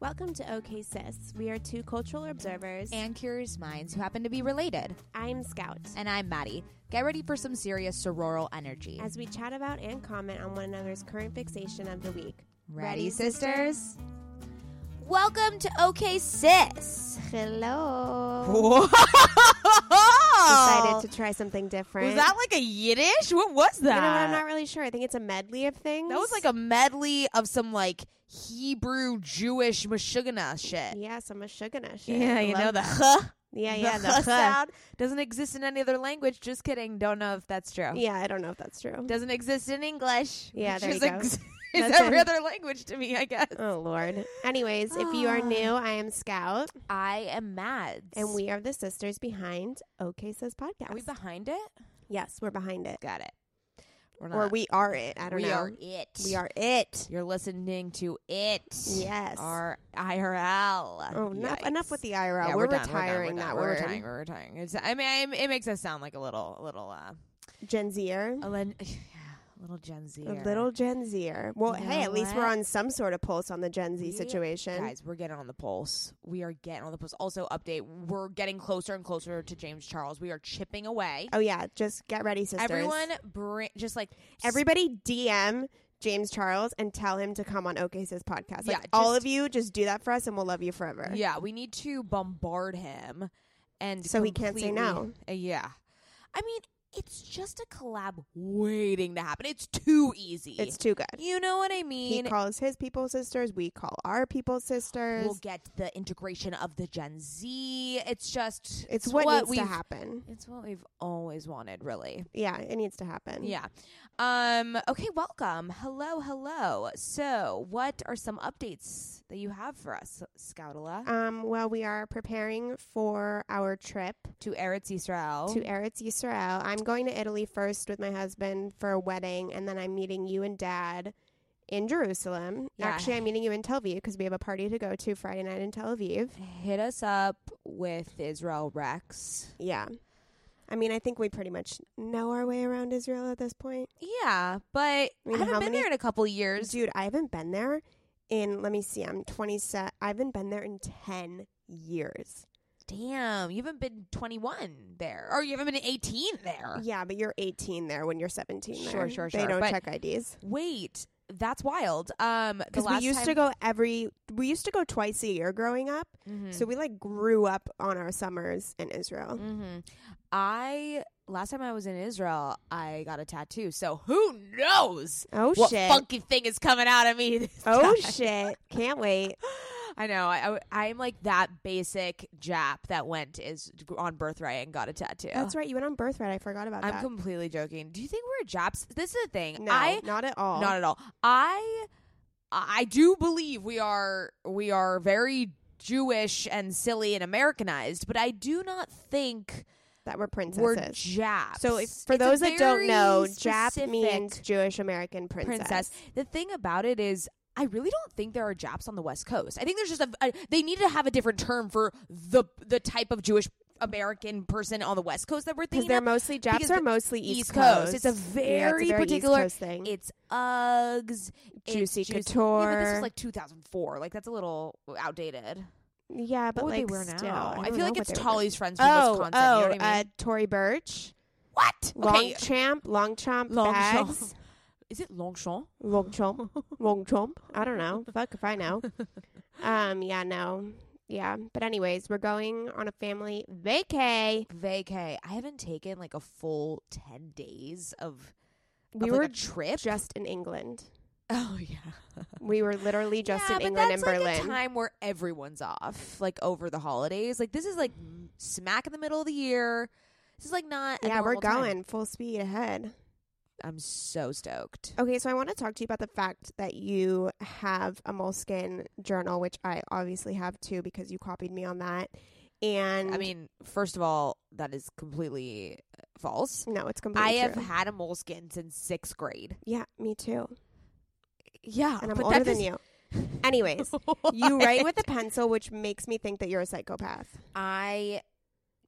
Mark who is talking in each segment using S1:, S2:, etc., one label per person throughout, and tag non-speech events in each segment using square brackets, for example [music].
S1: Welcome to OK Sis. We are two cultural observers.
S2: and curious minds who happen to be related.
S1: I'm Scout.
S2: And I'm Maddie. Get ready for some serious sororal energy.
S1: As we chat about and comment on one another's current fixation of the week.
S2: ready, sisters? Welcome to OK Sis.
S1: Hello.
S2: [laughs] Whoa!
S1: Decided to try something different.
S2: was that like a Yiddish? What was
S1: You know,
S2: that?
S1: what? I'm not really sure. I think it's a medley of things.
S2: that was like a medley of some like Hebrew Jewish Meshuggah shit.
S1: yeah, some Meshuggah shit.
S2: Yeah, you know [laughs]
S1: Love-
S2: that.
S1: Yeah, yeah,
S2: The
S1: the
S2: [laughs] sound doesn't exist in any other language. Just kidding. Don't know if that's true.
S1: Yeah, I don't know if that's true.
S2: Doesn't exist in English.
S1: Yeah,
S2: which
S1: there
S2: [laughs] is
S1: you go.
S2: ex- is
S1: That's
S2: every
S1: it.
S2: other language to me, I guess.
S1: Oh Lord. Anyways, if you are
S2: Ah.
S1: new, I am Scout,
S2: I am mad.
S1: and we are the sisters behind OK Sis podcast.
S2: are we behind it?
S1: yes, we're behind it,
S2: Got it. We're
S1: or we are it. I don't
S2: we
S1: know.
S2: are it.
S1: we are it.
S2: You're listening to it.
S1: Yes.
S2: Our IRL.
S1: Oh, enough,
S2: Yikes.
S1: enough with the IRL.
S2: Yeah,
S1: we're,
S2: done,
S1: retiring
S2: we're done,
S1: that
S2: we're
S1: word.
S2: retiring. We're retiring. It's, I mean, I'm- it makes us sound like a little, a little, uh,
S1: [laughs] Gen Zer.
S2: a, len- yeah, a little Gen Z.
S1: A little Gen Zer. Well,
S2: You
S1: hey,
S2: know
S1: at least we're
S2: what?
S1: on some sort of pulse on the Gen Z
S2: We-
S1: situation.
S2: Guys, we're getting on the pulse. We are getting on the pulse. Also, update: we're getting closer and closer to James Charles. We are chipping away.
S1: Oh yeah, just get ready, sisters.
S2: Everyone, bring just like
S1: everybody, DM James Charles and tell him to come on OK Sis podcast. Like
S2: Yeah,
S1: all
S2: just-
S1: of you, just do that for us, and we'll love you forever.
S2: Yeah, we need to bombard him, and
S1: So he can't say
S2: completely-
S1: no.
S2: Uh, yeah, I mean, it's just a collab waiting to happen. It's too easy.
S1: It's too good.
S2: you know what I
S1: He
S2: mean.
S1: calls his people sisters. We call our people sisters.
S2: We'll get the integration of the Gen Z. It's just
S1: it's what, needs
S2: we've
S1: to happen.
S2: It's what we've always wanted, really.
S1: Yeah, it needs to happen.
S2: Yeah. Um okay, welcome. Hello, hello. So, what are some updates that you have for us, Scoutala,
S1: Um, well, we are preparing for our trip
S2: to Eretz Israel?
S1: to Eretz Yisrael. I'm going to Italy first with my husband for a wedding, and then I'm meeting you and Dad in Jerusalem.
S2: Yeah.
S1: Actually, I'm meeting you in Tel Aviv because we have a party to go to Friday night in Tel Aviv.
S2: Hit us up with Israel Rex.
S1: Yeah. I mean, I think we pretty much know our way around Israel at this point.
S2: Yeah, but I,
S1: mean,
S2: haven't
S1: how
S2: been
S1: many-
S2: there in a couple years.
S1: Dude, I haven't been there in, let me see, I'm 27. I haven't been there in 10 years.
S2: Damn, you haven't been 21 there, or you haven't been 18 there.
S1: Yeah, but you're 18 there when you're 17.
S2: Sure,
S1: there.
S2: sure,
S1: They
S2: sure,
S1: don't
S2: but-
S1: check IDs.
S2: Wait, that's wild. Um, the
S1: Because
S2: last
S1: we used
S2: time,
S1: to go every, we used to go twice a year growing up.
S2: Mhm.
S1: So we like grew up on our summers in Israel.
S2: Mm-hmm. I last time I was in Israel, I got a tattoo. So who knows
S1: Oh
S2: what
S1: shit!
S2: funky thing is coming out of me? this
S1: oh
S2: time.
S1: shit! Can't
S2: [laughs]
S1: wait.
S2: I know. I, I am like that basic Jap that went is on birthright and got a tattoo.
S1: That's right. You went on birthright. I forgot about
S2: I'm
S1: that.
S2: completely joking. Do you think we're Japs? This is the thing.
S1: no,
S2: I
S1: not at all.
S2: not at all. I I do believe we are we are very Jewish and silly and Americanized, but I do not think
S1: that we're
S2: were
S1: princesses.
S2: Japs.
S1: so if, for
S2: It's a
S1: those that don't
S2: very
S1: know, Jap
S2: specific
S1: means Jewish American princess.
S2: princess. The thing about it is, I really don't think there are Japs on the West Coast. I think there's just a, a they need to have a different term for the the type of Jewish American person on the West Coast that we're
S1: Because
S2: thinking.
S1: they're
S2: of.
S1: mostly Japs
S2: because
S1: are
S2: the
S1: mostly
S2: East
S1: East,
S2: Coast. It's a
S1: Yeah, it's
S2: very
S1: a very
S2: particular-
S1: East Coast thing.
S2: It's Uggs, it's
S1: Mm. Juicy
S2: Juicy- Yeah, but this
S1: Couture.
S2: was like 2004. Like that's a little outdated.
S1: yeah, but
S2: what
S1: like
S2: would they wear
S1: still,
S2: now? I,
S1: don't
S2: feel
S1: know
S2: like
S1: what
S2: it's
S1: they would wear.
S2: Tolly's friends from
S1: Oh,
S2: Wisconsin.
S1: oh,
S2: you know what I mean?
S1: uh, Tory Burch,
S2: what? okay,
S1: Longchamp, Longchamp
S2: Longchamp.
S1: bags.
S2: is it Longchamp?
S1: Long chomp. Long chomp. I don't know. Fuck if I
S2: [laughs]
S1: know. Um, yeah, no. Yeah. But anyways, we're going on a family vacay.
S2: Vacay. I haven't taken like a full ten days of.
S1: We
S2: of,
S1: were
S2: like, a trip.
S1: just in England.
S2: [laughs] Oh yeah,
S1: We were literally just
S2: yeah,
S1: in
S2: but
S1: England and
S2: that's like
S1: Berlin.
S2: a time where everyone's off, like over the holidays. Like this is like smack in the middle of the year. This is like not. a
S1: yeah, we're
S2: normal time.
S1: going full speed ahead.
S2: I'm so stoked.
S1: Okay, so I want to talk to you about the fact that you have a moleskin journal, which I obviously have too because you copied me on that. And
S2: I mean, first of all, that is completely uh, false.
S1: no, it's completely
S2: I have
S1: true.
S2: had a moleskin since sixth grade.
S1: yeah, me too.
S2: Yeah,
S1: And I'm older than
S2: [laughs]
S1: you. Anyways, [laughs] you write with a pencil, which makes me think that you're a psychopath.
S2: I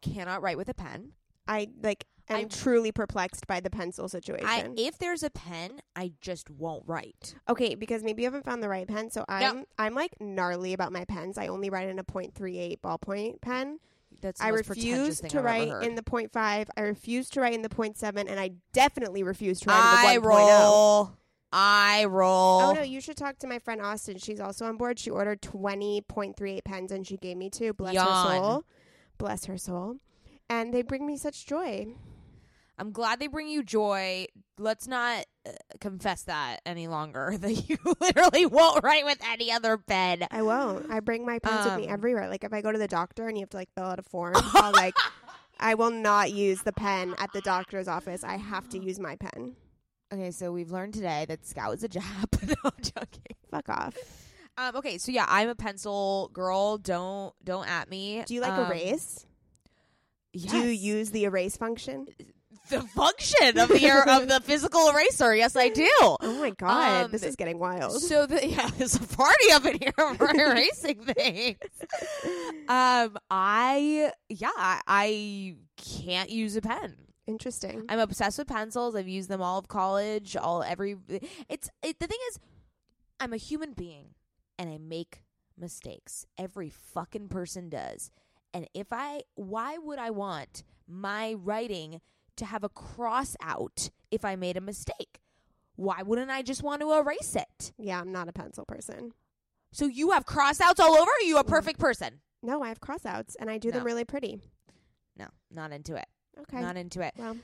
S2: cannot write with a pen.
S1: I like am
S2: I'm-
S1: truly perplexed by the pencil situation.
S2: I, if there's a pen, I just won't write.
S1: okay, because maybe you haven't found the right pen. So I'm I'm like gnarly about my pens. I only write in a .38 ballpoint pen.
S2: That's the
S1: I
S2: most pretentious
S1: refuse
S2: thing
S1: to
S2: I've
S1: write
S2: ever heard.
S1: in the .5. I refuse to write in the .7, and I definitely refuse to write
S2: I
S1: in the oh. 1.0.
S2: roll. I roll.
S1: Oh no, you should talk to my friend Austin. She's also on board. She ordered twenty point three eight pens and she gave me two. Bless her
S2: Yawn.
S1: soul. Bless her soul. And they bring me such joy.
S2: I'm glad they bring you joy. Let's not uh, confess that any longer. [laughs] That you literally won't write with any other pen.
S1: I won't. I bring my pens with me
S2: Um.
S1: everywhere. Like if I go to the doctor and you have to like fill out a
S2: [laughs]
S1: form, I'll like I will not use the pen at the doctor's office. I have to use my pen.
S2: Okay, so we've learned today that scout is a job. [laughs] no, I'm joking.
S1: Fuck off.
S2: Um, okay, so yeah, I'm a pencil girl. Don't don't at me.
S1: Do you like
S2: um,
S1: erase?
S2: Yes.
S1: Do
S2: Uh,
S1: you use the erase function?
S2: the function of the
S1: [laughs]
S2: of the physical eraser? Yes, I do.
S1: Oh my god,
S2: Um,
S1: this is getting wild.
S2: So the, yeah, [laughs] there's a party up in here for erasing things. Um, I yeah, I- I can't use a pen.
S1: [laughs] Interesting.
S2: I'm obsessed with pencils. I've used them all of college, all every. It's it, the thing is, I'm a human being, and I make mistakes. Every fucking person does. And if I, why would I want my writing to have a cross out if I made a mistake? Why wouldn't I just want to erase it?
S1: Yeah, I'm not a pencil person.
S2: So you have cross outs all over. Are you a
S1: Mm.
S2: perfect person?
S1: No, I have crossouts and I do them
S2: No.
S1: really pretty.
S2: No, not into it.
S1: Okay.
S2: Not into it.
S1: well,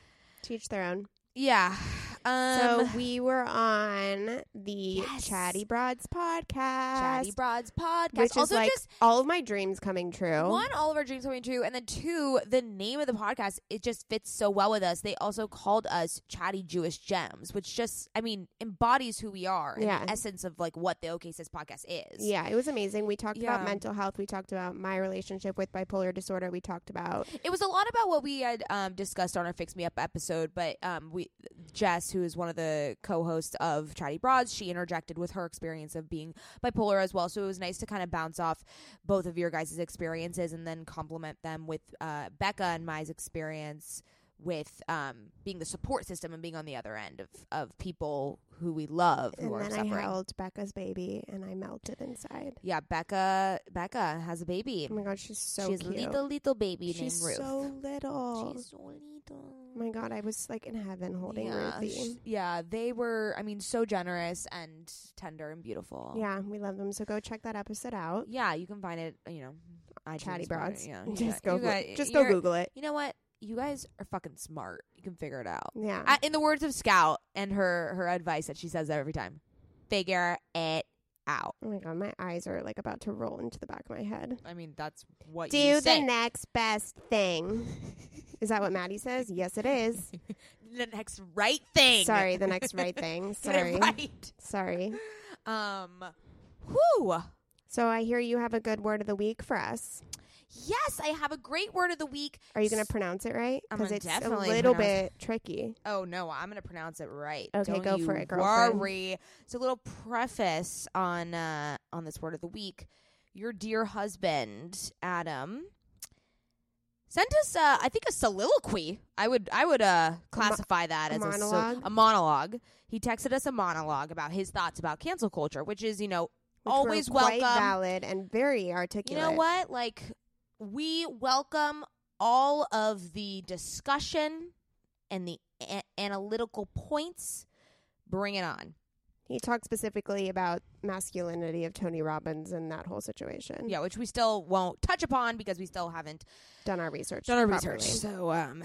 S1: teach their own.
S2: Yeah. [laughs] Um,
S1: so we were on the
S2: Yes.
S1: Chatty Broads podcast.
S2: Chatty Broads podcast.
S1: Which
S2: also,
S1: is like
S2: just
S1: all of my dreams coming true.
S2: one, all of our dreams coming true, and then two, the name of the podcast. It just fits so well with us. They also called us Chatty Jewish Gems, which just, I mean, embodies who we are and
S1: Yeah.
S2: the essence of like what the OK Says podcast is.
S1: Yeah, it was amazing. We talked
S2: Yeah.
S1: about mental health. We talked about my relationship with bipolar disorder. We talked about
S2: It was a lot about what we had um, discussed on our Fix Me Up episode, but um, we Jess, who is one of the co-hosts of Chatty Broads, she interjected with her experience of being bipolar as well. So it was nice to kind of bounce off both of your guys' experiences and then complement them with uh, Becca and my experience with um, being the support system and being on the other end of, of people who we love who
S1: and
S2: are
S1: then
S2: suffering.
S1: I held Becca's baby and I melted inside.
S2: Yeah, Becca Becca has a baby.
S1: Oh my god, she's so
S2: She's
S1: cute.
S2: a little little baby
S1: she's
S2: named Ruth.
S1: so little.
S2: She's so little.
S1: Oh my god, I was like in heaven holding Ruthie.
S2: sh- Yeah, they were. I mean, so generous and tender and beautiful.
S1: Yeah, we love them. So go check that episode out.
S2: yeah. You can find it. You know, iTunes,
S1: Chatty
S2: whatever,
S1: broads. [laughs]
S2: [laughs] Yeah,
S1: just go,
S2: You
S1: goo-
S2: guys-
S1: just go
S2: you're-
S1: Google it.
S2: You know what? You guys are fucking smart. You can figure it out.
S1: Yeah.
S2: Uh, in the words of Scout and her her advice that she says every time, figure it out.
S1: oh my god, my eyes are like about to roll into the back of my head.
S2: I mean, that's what
S1: Do
S2: you
S1: the
S2: say.
S1: next best
S2: [laughs]
S1: thing. Is that what Maddie says? Yes, it is.
S2: the next right thing. [laughs]
S1: Sorry, the next right thing.
S2: Get it
S1: Sorry.
S2: right.
S1: Sorry.
S2: Um. Whew.
S1: So I hear you have a good word of the week for us.
S2: Yes, I have a great word of the week.
S1: Are you going to pronounce it right?
S2: I'm
S1: Because
S2: gonna
S1: it's a
S2: definitely
S1: little
S2: pronounce-
S1: bit tricky.
S2: Oh no, I'm gonna pronounce it right.
S1: Okay,
S2: Don't
S1: go
S2: you
S1: for it, girlfriend.
S2: Worry. So, a little preface on uh, on this word of the week. Your dear husband Adam sent us, uh, I think, a soliloquy. I would I would uh, classify that
S1: a
S2: as a, so-
S1: monologue?
S2: a monologue. He texted us a monologue about his thoughts about cancel culture, which is you know
S1: which were
S2: always
S1: quite
S2: welcome.
S1: valid and very
S2: You
S1: articulate.
S2: know what? Like, we welcome all of the discussion and the a- analytical points. Bring it on.
S1: He talked specifically about masculinity of Tony Robbins and that whole situation.
S2: Yeah, which we still won't touch upon because we still haven't
S1: Done our research. properly.
S2: So, um,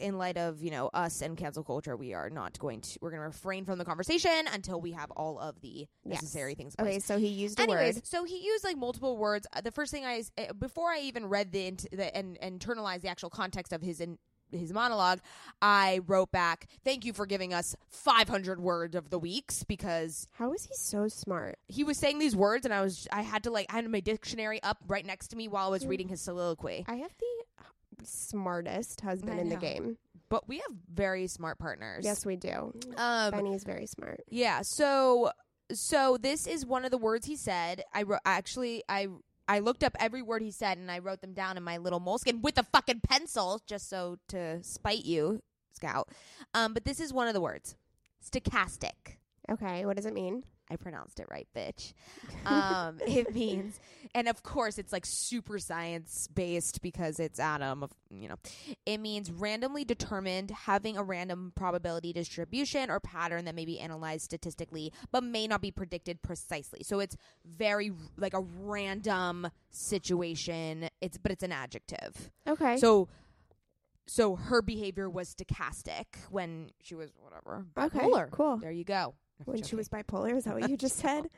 S2: in light of you know us and cancel culture, we are not going to. We're going to refrain from the conversation until we have all of the
S1: Yes.
S2: necessary things. in place.
S1: Okay, so he used a
S2: Anyways,
S1: word.
S2: so he used like multiple words. Uh, The first thing I s- uh, before I even read the, int- the and internalized the actual context of his in, his monologue, I wrote back, "Thank you for giving us 500 words of the weeks because
S1: How is he so smart?
S2: he was saying these words and I was I had to like I had my dictionary up right next to me while I was reading his soliloquy.
S1: I have the smartest husband
S2: I
S1: in the
S2: know.
S1: game.
S2: But we have very smart partners.
S1: Yes, we do.
S2: Um,
S1: Benny's very smart.
S2: Yeah. So so this is one of the words he said. I wrote actually I I looked up every word he said and I wrote them down in my little moleskin with a fucking pencil, just so to spite you, Scout. Um, but this is one of the words stochastic.
S1: Okay, what does it mean?
S2: I pronounced it right,
S1: [laughs]
S2: bitch. Um, it means, and of course, it's like super science based because it's atom of, you know, it means randomly determined, having a random probability distribution or pattern that may be analyzed statistically, but may not be predicted precisely. So it's very like a random situation. It's, but it's an adjective.
S1: Okay.
S2: So, so her behavior was stochastic when she was whatever.
S1: okay,
S2: bipolar.
S1: cool.
S2: There you go. I'm
S1: Oh. When she
S2: joking.
S1: was bipolar, is that what you [laughs] just
S2: [laughs]
S1: said?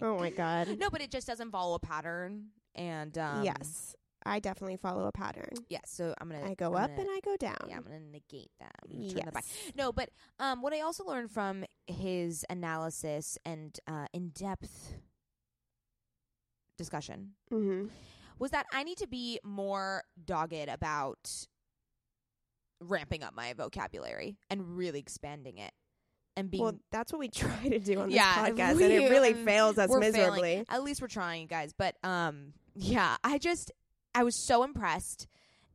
S1: Oh my god.
S2: No, but it just doesn't follow a pattern. And um,
S1: yes, I definitely follow a pattern.
S2: yes. So I'm gonna.
S1: I go
S2: I'm
S1: up
S2: gonna-
S1: and I go down.
S2: yeah, I'm gonna negate that. I'm gonna turn
S1: yes.
S2: that back. No, but um, what I also learned from his analysis and uh, in-depth discussion
S1: Mm-hmm.
S2: was that I need to be more dogged about ramping up my vocabulary and really expanding it and being
S1: Well, that's what we [laughs] try to do on this
S2: Yeah,
S1: podcast,
S2: we-
S1: and it really
S2: um,
S1: fails us
S2: we're
S1: miserably.
S2: failing. At least we're trying, you guys. But um, yeah, I just I was so impressed,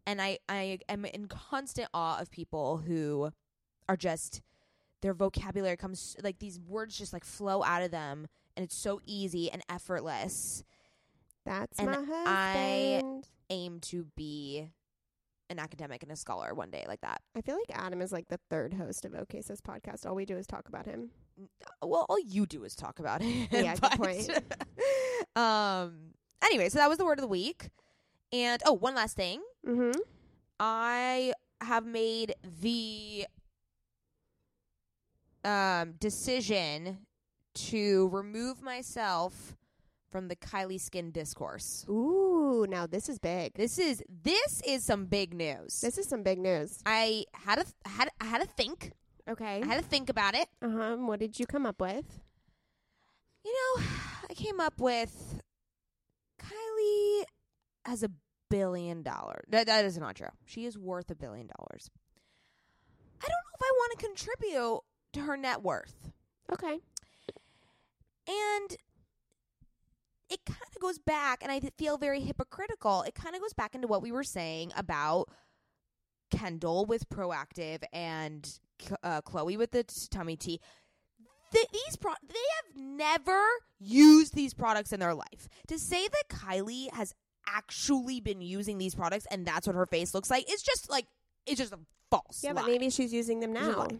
S2: and I I am in constant awe of people who are just their vocabulary comes like these words just like flow out of them, and it's so easy and effortless.
S1: That's
S2: And
S1: my
S2: I-
S1: husband.
S2: Aim to be an academic and a scholar one day like that.
S1: I feel like Adam is like the third host of OK Sis podcast. All we do is talk about him.
S2: Well, all you do is talk about it.
S1: Yeah,
S2: [laughs]
S1: good point.
S2: um. Anyway, so that was the word of the week, and oh, one last thing.
S1: Mm-hmm.
S2: I have made the um, decision to remove myself from the Kylie Skin discourse.
S1: Ooh, now this is big.
S2: This is this is some big news.
S1: This is some big news.
S2: I had a had I had to think.
S1: Okay.
S2: I had to think about it.
S1: Uh-huh. What did you come up with?
S2: You know, [sighs] I came up with Kylie has a billion dollars. That that is not true. She is worth a billion dollars. I don't know if I want to contribute to her net worth.
S1: Okay.
S2: And it kind of goes back, and I th- feel very hypocritical. It kind of goes back into what we were saying about Kendall with proactive and K- uh, Chloe with the t- tummy tea. Th- these pro- they have never used these products in their life. To say that Kylie has actually been using these products and that's what her face looks like, it's just like it's just a false.
S1: Yeah,
S2: lie.
S1: but maybe she's using them
S2: There's a
S1: now
S2: lie.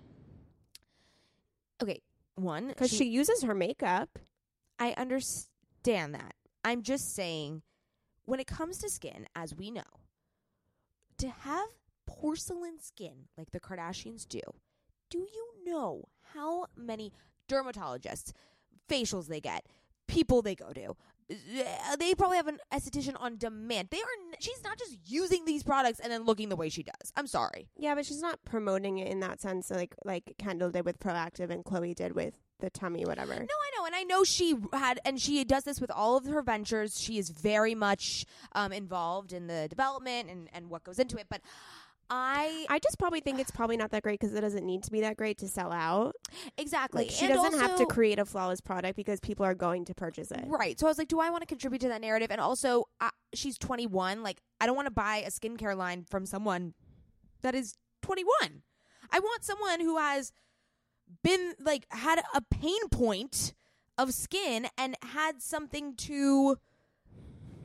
S2: okay. One
S1: because she uses her makeup.
S2: I understand that. I'm just saying, when it comes to skin, as we know, to have porcelain skin like the Kardashians do, do you know how many dermatologists, facials they get, people they go to? Uh, They probably have an esthetician on demand. They are. n- She's not just using these products and then looking the way she does. I'm sorry.
S1: Yeah, but she's not promoting it in that sense, like like Kendall did with Proactive and Chloe did with the tummy, whatever.
S2: No, I know, and I know she had, and she does this with all of her ventures. She is very much um, involved in the development and and what goes into it. But I
S1: I just probably think it's probably not that great because it doesn't need to be that great to sell out.
S2: exactly
S1: Like she
S2: And
S1: doesn't have to
S2: also-
S1: create a flawless product because people are going to purchase it.
S2: Right. So I was like, do I want to contribute to that narrative? And also, uh, she's 21. Like, I don't want to buy a skincare line from someone that is 21. I want someone who has been, like, had a pain point of skin and had something to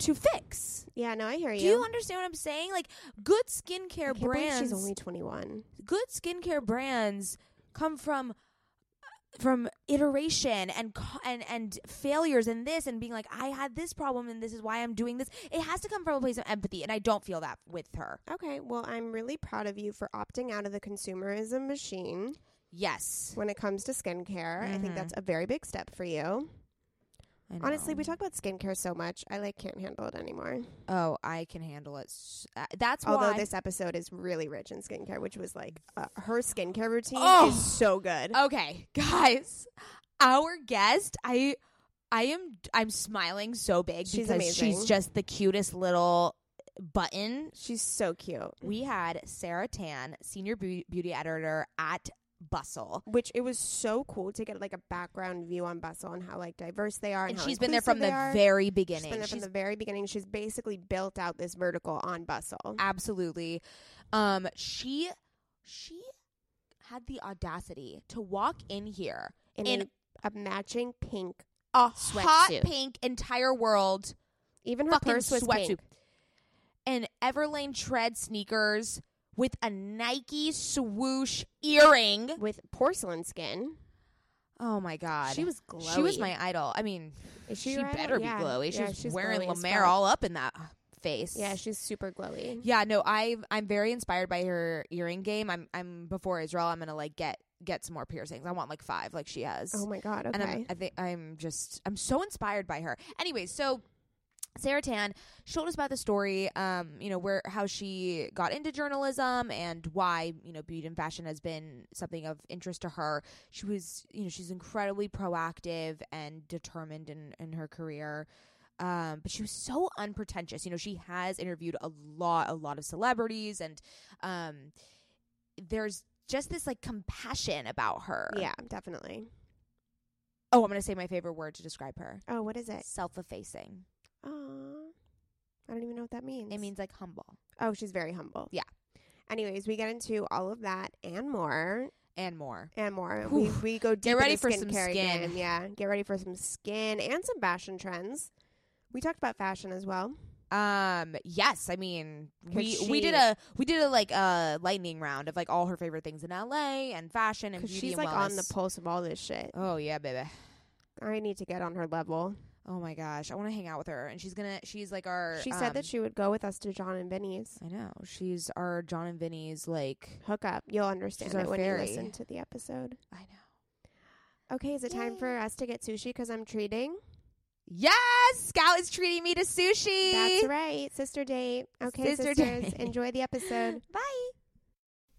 S2: to fix.
S1: Yeah, no, I hear you.
S2: Do you understand what I'm saying? Like good skincare
S1: I can't believe
S2: brands
S1: She's only twenty one.
S2: good skincare brands come from uh, from iteration and co- and and failures and this and being like I had this problem and this is why I'm doing this. It has to come from a place of empathy and I don't feel that with her.
S1: Okay, well, I'm really proud of you for opting out of the consumerism machine
S2: Yes.
S1: when it comes to skincare. I think
S2: Mhm.
S1: that's a very big step for you. Honestly, we talk about skincare so much, I like can't handle it anymore.
S2: Oh, I can handle it. S- uh, That's
S1: Although
S2: why.
S1: this episode is really rich in skincare, which was like uh, her skincare routine
S2: Oh.
S1: is so good.
S2: okay, [laughs] guys, our guest, I I am I'm smiling so big
S1: She's
S2: because she's
S1: amazing.
S2: just the cutest little button
S1: She's so cute.
S2: we had Sarah Tan, senior beau- beauty editor at Bustle.
S1: Which it was so cool to get like a background view on Bustle and how like diverse they are. And,
S2: And
S1: how
S2: she's been there from
S1: inclusive
S2: the
S1: they are.
S2: very
S1: She's
S2: beginning.
S1: been there from
S2: She's
S1: the very beginning. She's basically built out this vertical on Bustle.
S2: absolutely. Um, she she had the audacity to walk in here
S1: in,
S2: in-
S1: a, a matching pink.
S2: a hot
S1: Sweatsuit.
S2: pink entire world
S1: Even her
S2: fucking
S1: purse was
S2: sweatsuit
S1: pink.
S2: and Everlane tread sneakers with a Nike swoosh earring.
S1: with porcelain skin.
S2: Oh my god,
S1: She was glowy.
S2: She was my idol. I mean,
S1: Is
S2: she,
S1: she, right?
S2: better
S1: Yeah.
S2: be glowy. She
S1: Yeah,
S2: was
S1: she's
S2: wearing
S1: glowy as
S2: Lemaire
S1: fuck.
S2: all up in that face.
S1: Yeah, she's super glowy.
S2: yeah. No, I I'm very inspired by her earring game. I'm I'm before Israel. I'm gonna like get get some more piercings. I want like five, like she has.
S1: Oh my god.
S2: And I'm,
S1: Okay.
S2: I think I'm just I'm so inspired by her. Anyway, so Sarah Tan she told us about the story, um, you know, where how she got into journalism and why you know beauty and fashion has been something of interest to her. She was, you know, she's incredibly proactive and determined in in her career. Um, but she was so unpretentious. You know, she has interviewed a lot, a lot of celebrities, and um, there's just this like compassion about her.
S1: yeah, definitely.
S2: Oh, I'm gonna say my favorite word to describe her:
S1: Oh, what is it?
S2: self-effacing.
S1: Oh, I don't even know what that means.
S2: It means like humble
S1: oh, she's very humble.
S2: Yeah.
S1: Anyways, we get into all of that and more
S2: and more.
S1: and more. We,
S2: Whew.
S1: we go deep into
S2: ready for some
S1: skincare
S2: skin.
S1: Game. Yeah, get ready for some skin and some fashion trends. We talked about fashion as well.
S2: Um. Yes. I mean,
S1: 'Cause
S2: we we did
S1: she-
S2: a we did a like a lightning round of like all her favorite things in L.A. and fashion and
S1: Because
S2: beauty
S1: she's
S2: and
S1: like on the
S2: wellness.
S1: pulse of all this shit.
S2: oh yeah, baby.
S1: I need to get on her level.
S2: Oh my gosh, I want to hang out with her, and she's gonna. She's like our.
S1: She said
S2: um,
S1: that she would go with us to John and Vinny's.
S2: I know she's our John and Vinny's like.
S1: Hook up. You'll understand
S2: our
S1: it when
S2: fairy.
S1: you listen to the episode.
S2: I know.
S1: Okay, is it time
S2: Yay.
S1: for us to get sushi? Because I'm treating.
S2: Yes, Scout is treating me to sushi.
S1: That's right, sister date. Okay,
S2: Sister
S1: sisters,
S2: date.
S1: enjoy the episode.
S2: Bye.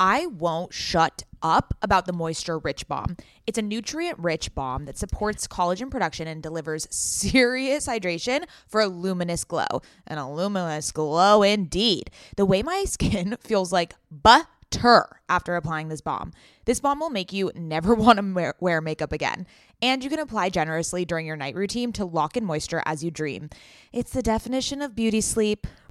S3: I won't shut up about the Moisture Rich Bomb. It's a nutrient rich bomb that supports collagen production and delivers serious hydration for a luminous glow. And a luminous glow indeed. The way my [laughs] skin feels like butter after applying this bomb. This bomb will make you never [laughs] want to wear makeup again. And you can apply generously during your night routine to lock in moisture as you dream. It's the definition of beauty sleep.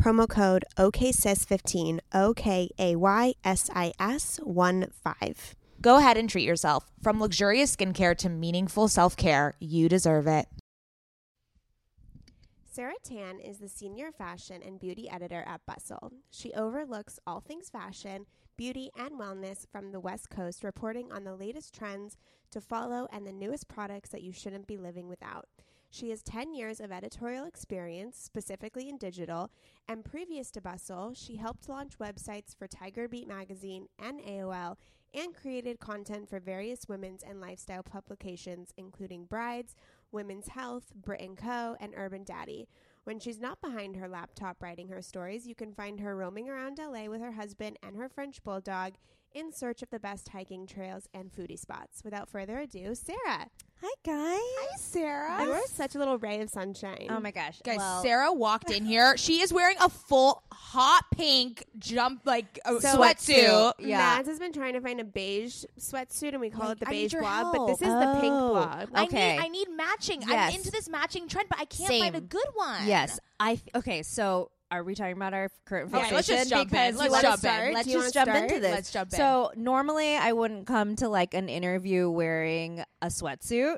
S1: promo code OKSIS15, O K A Y S I S 1 5.
S3: Go ahead and treat yourself. From luxurious skincare to meaningful self care, you deserve it.
S1: Sarah Tan is the senior fashion and beauty editor at Bustle. She overlooks all things fashion, beauty, and wellness from the West Coast, reporting on the latest trends to follow and the newest products that you shouldn't be living without. She has 10 years of editorial experience, specifically in digital, and previous to Bustle, she helped launch websites for Tiger Beat Magazine and AOL and created content for various women's and lifestyle publications, including Brides, Women's Health, Brit & Co., and Urban Daddy. When she's not behind her laptop writing her stories, you can find her roaming around LA with her husband and her French bulldog in search of the best hiking trails and foodie spots. Without further ado, Sarah.
S4: Hi guys.
S1: Hi, Sarah. You are such a little ray of sunshine.
S4: Oh my gosh,
S2: Guys,
S4: Well,
S2: Sarah walked in
S4: [laughs]
S2: here. She is wearing a full hot pink jump like uh,
S1: So-
S2: sweatsuit.
S4: Yeah.
S1: Mads has been trying to find a beige sweatsuit, and we call
S2: Yeah,
S1: it the
S2: I need
S1: beige
S2: your
S1: blob, but this is the pink
S4: Oh.
S1: blob.
S4: I Okay.
S5: I need I need matching.
S4: Yes.
S5: I'm into this matching trend, but I can't find a
S4: Same.
S5: good one.
S4: Yes. I th- okay. So are we talking about our current
S2: Okay,
S4: fixation?
S2: let's just jump in.
S4: Because you
S2: Let's
S4: wanna
S2: jump in.
S4: start?
S1: Do
S4: Let's
S1: you
S4: just
S1: wanna
S4: jump into
S1: start?
S4: this.
S2: Let's jump in.
S4: So normally I wouldn't come to like an interview wearing a sweatsuit.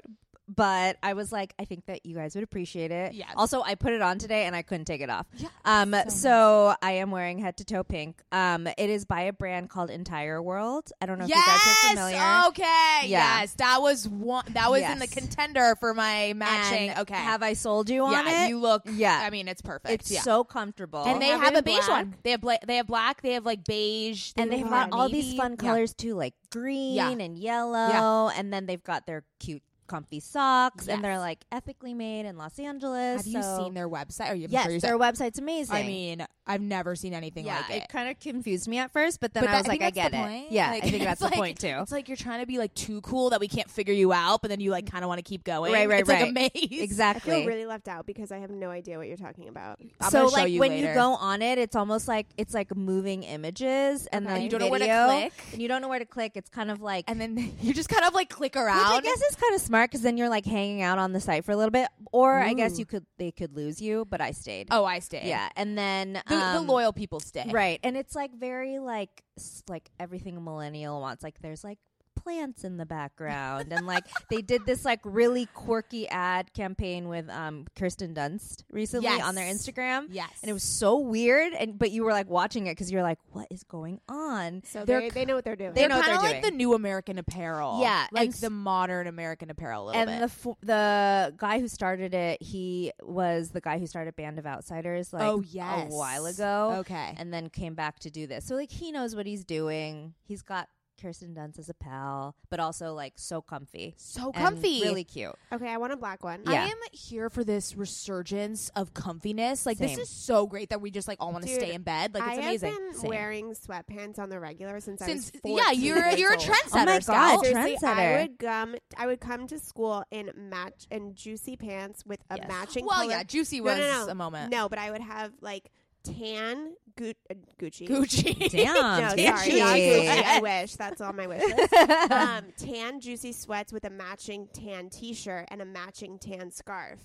S4: But I was like, I think that you guys would appreciate it.
S2: Yes.
S4: Also, I put it on today and I couldn't take it off.
S2: Yeah,
S4: um, so I am wearing head to toe pink. Um, it is by a brand called Entire World. I don't know if
S2: yes. Oh,
S4: you guys are familiar.
S2: Okay.
S4: Yeah.
S2: Yes. That was one. That was in the
S4: Yes.
S2: contender for my matching.
S4: And
S2: okay.
S4: Have I sold you on
S2: yeah.
S4: it?
S2: You look.
S4: Yeah.
S2: I mean, it's perfect.
S4: it's
S2: yeah.
S4: so comfortable.
S2: and they
S1: have
S2: have,
S1: it
S2: a
S1: in
S2: beige
S1: black.
S2: one. They have bla- they have black. They have like beige.
S4: and they've
S1: Yeah.
S4: got all these
S2: navy.
S4: fun
S2: Yeah.
S4: colors too, like green
S2: Yeah.
S4: and yellow, and then they've got their cute, comfy socks, and they're
S2: Yes.
S4: like ethically made in Los Angeles.
S2: Have you
S4: so-
S2: seen their website? Are you? I'm
S4: Yes,
S2: sure you
S4: their website's amazing.
S2: I mean, I've never seen anything
S4: yeah,
S2: like it.
S4: kind of confused me at first, but then
S2: But
S4: I
S2: that-
S4: was
S2: I
S4: like,
S2: think
S4: I
S2: that's
S4: get
S2: the
S4: it.
S2: point.
S4: Yeah,
S2: Like,
S4: I think
S2: [laughs] it's
S4: that's [laughs] the
S2: like-
S4: point too.
S2: It's like you're trying to be like too cool that we can't figure you out, but then you like kind of want to keep going.
S4: Right, right,
S2: it's Like a
S4: right.
S2: maze.
S1: I
S4: Exactly.
S1: feel really left out because I have no idea what you're talking about.
S2: I'm
S4: so
S2: gonna show
S4: like
S2: you
S4: when
S2: later.
S4: you go on it, it's almost like it's like moving images and
S2: Okay.
S4: then
S2: You don't know where to
S4: video,
S2: click.
S4: and you don't know where to click. It's kind of like
S2: and then [laughs] you just kind of like click
S4: Which I
S2: around.
S4: guess is kind of smart because then you're like hanging out on the site for a little bit, or I guess you could they could lose you, but I stayed.
S2: oh, I stay.
S4: yeah, and then
S2: the, the
S4: um,
S2: loyal people stay.
S4: right? And it's like very like s- like everything a millennial wants. Like there's like plants in the background,
S2: [laughs]
S4: and like they did this like really quirky ad campaign with um Kirsten Dunst recently on their
S2: Yes.
S4: Instagram.
S2: Yes.
S4: And it was so weird, and but you were like watching it because you're like, what is going on?
S1: So
S4: They're
S1: they they know what they're doing.
S4: they
S2: They're
S4: know what
S2: kind of
S4: they're
S2: like the new American Apparel.
S4: Yeah,
S2: like
S4: and s-
S2: the modern American Apparel. A little
S4: and
S2: bit.
S4: the f- the guy who started it, he was the guy who started Band of Outsiders like
S2: oh yes,
S4: a while ago,
S2: Okay.
S4: and then came back to do this. So like he knows what he's doing. He's got Kirsten Dunst as a pal, but also like so comfy,
S2: so
S4: And
S2: comfy.
S4: really [laughs] cute.
S1: okay, I want a black one.
S4: Yeah.
S2: I am here for this resurgence of comfiness. Like
S4: Same.
S2: this is so great that we just like all want to
S1: Dude,
S2: stay in bed. Like
S1: I
S2: it's amazing.
S1: have been
S4: Same.
S1: wearing sweatpants on the regular since,
S2: Since
S1: I was 14
S2: yeah, you're
S1: years
S2: you're a
S1: old.
S2: trendsetter.
S4: Oh my
S2: Scout.
S4: God,
S1: Seriously, I
S4: trendsetter.
S1: would come. I would come to school in match and juicy pants with a
S4: Yes.
S1: matching.
S2: Well,
S1: color.
S2: yeah, Juicy
S1: No,
S2: was
S1: no, no.
S2: a moment.
S1: No, but I would have like tan Gu- uh, Gucci.
S2: [laughs] Gucci.
S4: Damn,
S1: No, sorry,
S4: Tanchi.
S1: not Gucci. I wish
S2: [laughs]
S1: that's on my wish list. um, tan juicy sweats with a matching tan T-shirt and a matching tan scarf.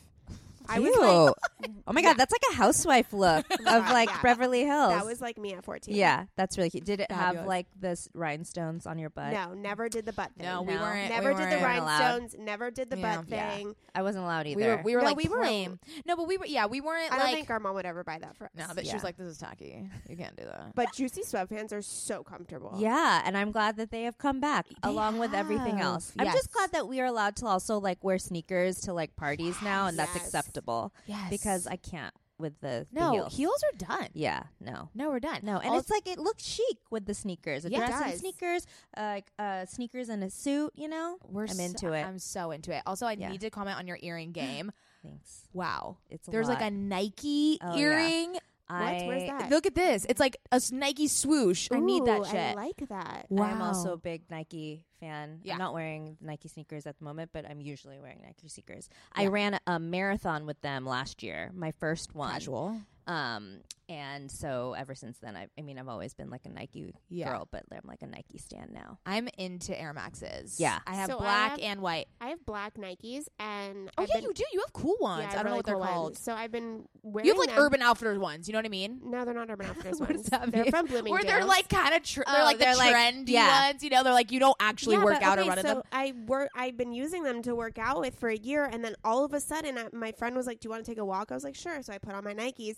S1: I was
S4: [laughs]
S1: like,
S4: oh my god, that's like a housewife look [laughs] of like
S1: Yeah.
S4: Beverly Hills.
S1: that was like me at 14.
S4: yeah, that's really cute. Did it have
S2: Fabulous.
S4: like this rhinestones on your butt?
S1: No, never did the butt thing.
S2: No, we
S4: No.
S2: weren't.
S1: never
S2: we
S1: did the
S2: weren't.
S4: allowed.
S1: rhinestones. Never did the
S2: Yeah.
S1: butt
S4: Yeah.
S1: thing.
S4: I wasn't allowed either.
S2: We were. We were
S1: No,
S2: like
S1: we were-
S2: lame. No, but we were. Yeah, we weren't.
S1: I don't
S2: like,
S1: think our mom would ever buy that for us.
S2: no, but she
S4: Yeah.
S2: was like, "This is tacky. You can't do that."
S1: But juicy sweatpants are so comfortable.
S4: yeah, and I'm glad that they have come back
S2: They
S4: along with everything
S2: have.
S4: else. I'm
S2: Yes.
S4: just glad that we are allowed to also like wear sneakers to like parties now, and that's
S1: Yes.
S4: acceptable
S2: yes,
S4: because I can't with the, the
S2: no
S4: heels.
S2: heels are done.
S4: Yeah, no.
S2: No, we're done.
S4: No, and it's like it looks chic with the sneakers. A
S2: Yeah, it
S4: dress and
S1: does.
S4: sneakers, uh, like uh, sneakers and a suit. You know,
S2: we're
S4: I'm
S2: so-
S4: into it.
S2: I'm so into it. Also, I
S4: Yeah.
S2: need to comment on your earring game.
S4: Thanks.
S2: Wow,
S4: It's a
S2: there's
S4: lot.
S2: like a Nike
S4: Oh, yeah.
S2: earring.
S4: I-
S1: Where's that?
S2: Look at this. It's like a s- Nike swoosh. I need
S1: Ooh,
S2: that shit.
S1: I like that.
S4: I'm also a big Nike fan.
S2: Yeah.
S4: I'm not wearing Nike sneakers at the moment, but I'm usually wearing Nike sneakers. I ran a marathon with them last year, my first one.
S2: casual.
S4: Um, and so ever since then, I, I mean, I've always been like a Nike
S2: Yeah.
S4: girl, but I'm like a Nike stan now.
S2: I'm into Air Maxes.
S4: Yeah.
S2: I have
S1: So I
S2: black
S1: have-
S2: and white.
S1: I have black Nikes and
S2: Oh
S1: I've
S2: yeah,
S1: been,
S2: you do. You have cool ones.
S1: yeah, have
S2: I don't know
S1: really
S2: what they're
S1: cool ones.
S2: called.
S1: So I've been wearing
S2: You have like
S1: them.
S2: Urban Outfitters ones. You know what I mean?
S1: No, they're
S2: [laughs]
S1: not Urban Outfitters
S2: What does
S1: ones.
S2: that
S1: They're
S2: mean?
S1: from Bloomingdale's.
S2: Where they're like kind of tr- they're
S4: Oh,
S2: like
S4: they're,
S2: the
S4: like-
S2: trendy
S4: yeah.
S2: ones. You know, they're like you don't actually
S1: Yeah,
S2: work
S1: but,
S2: out
S1: okay,
S2: or run in
S1: so
S2: them.
S1: I work. I've been using them to work out with for a year, and then all of a sudden, I, my friend was like, "Do you want to take a walk?" I was like, "Sure." So I put on my Nikes.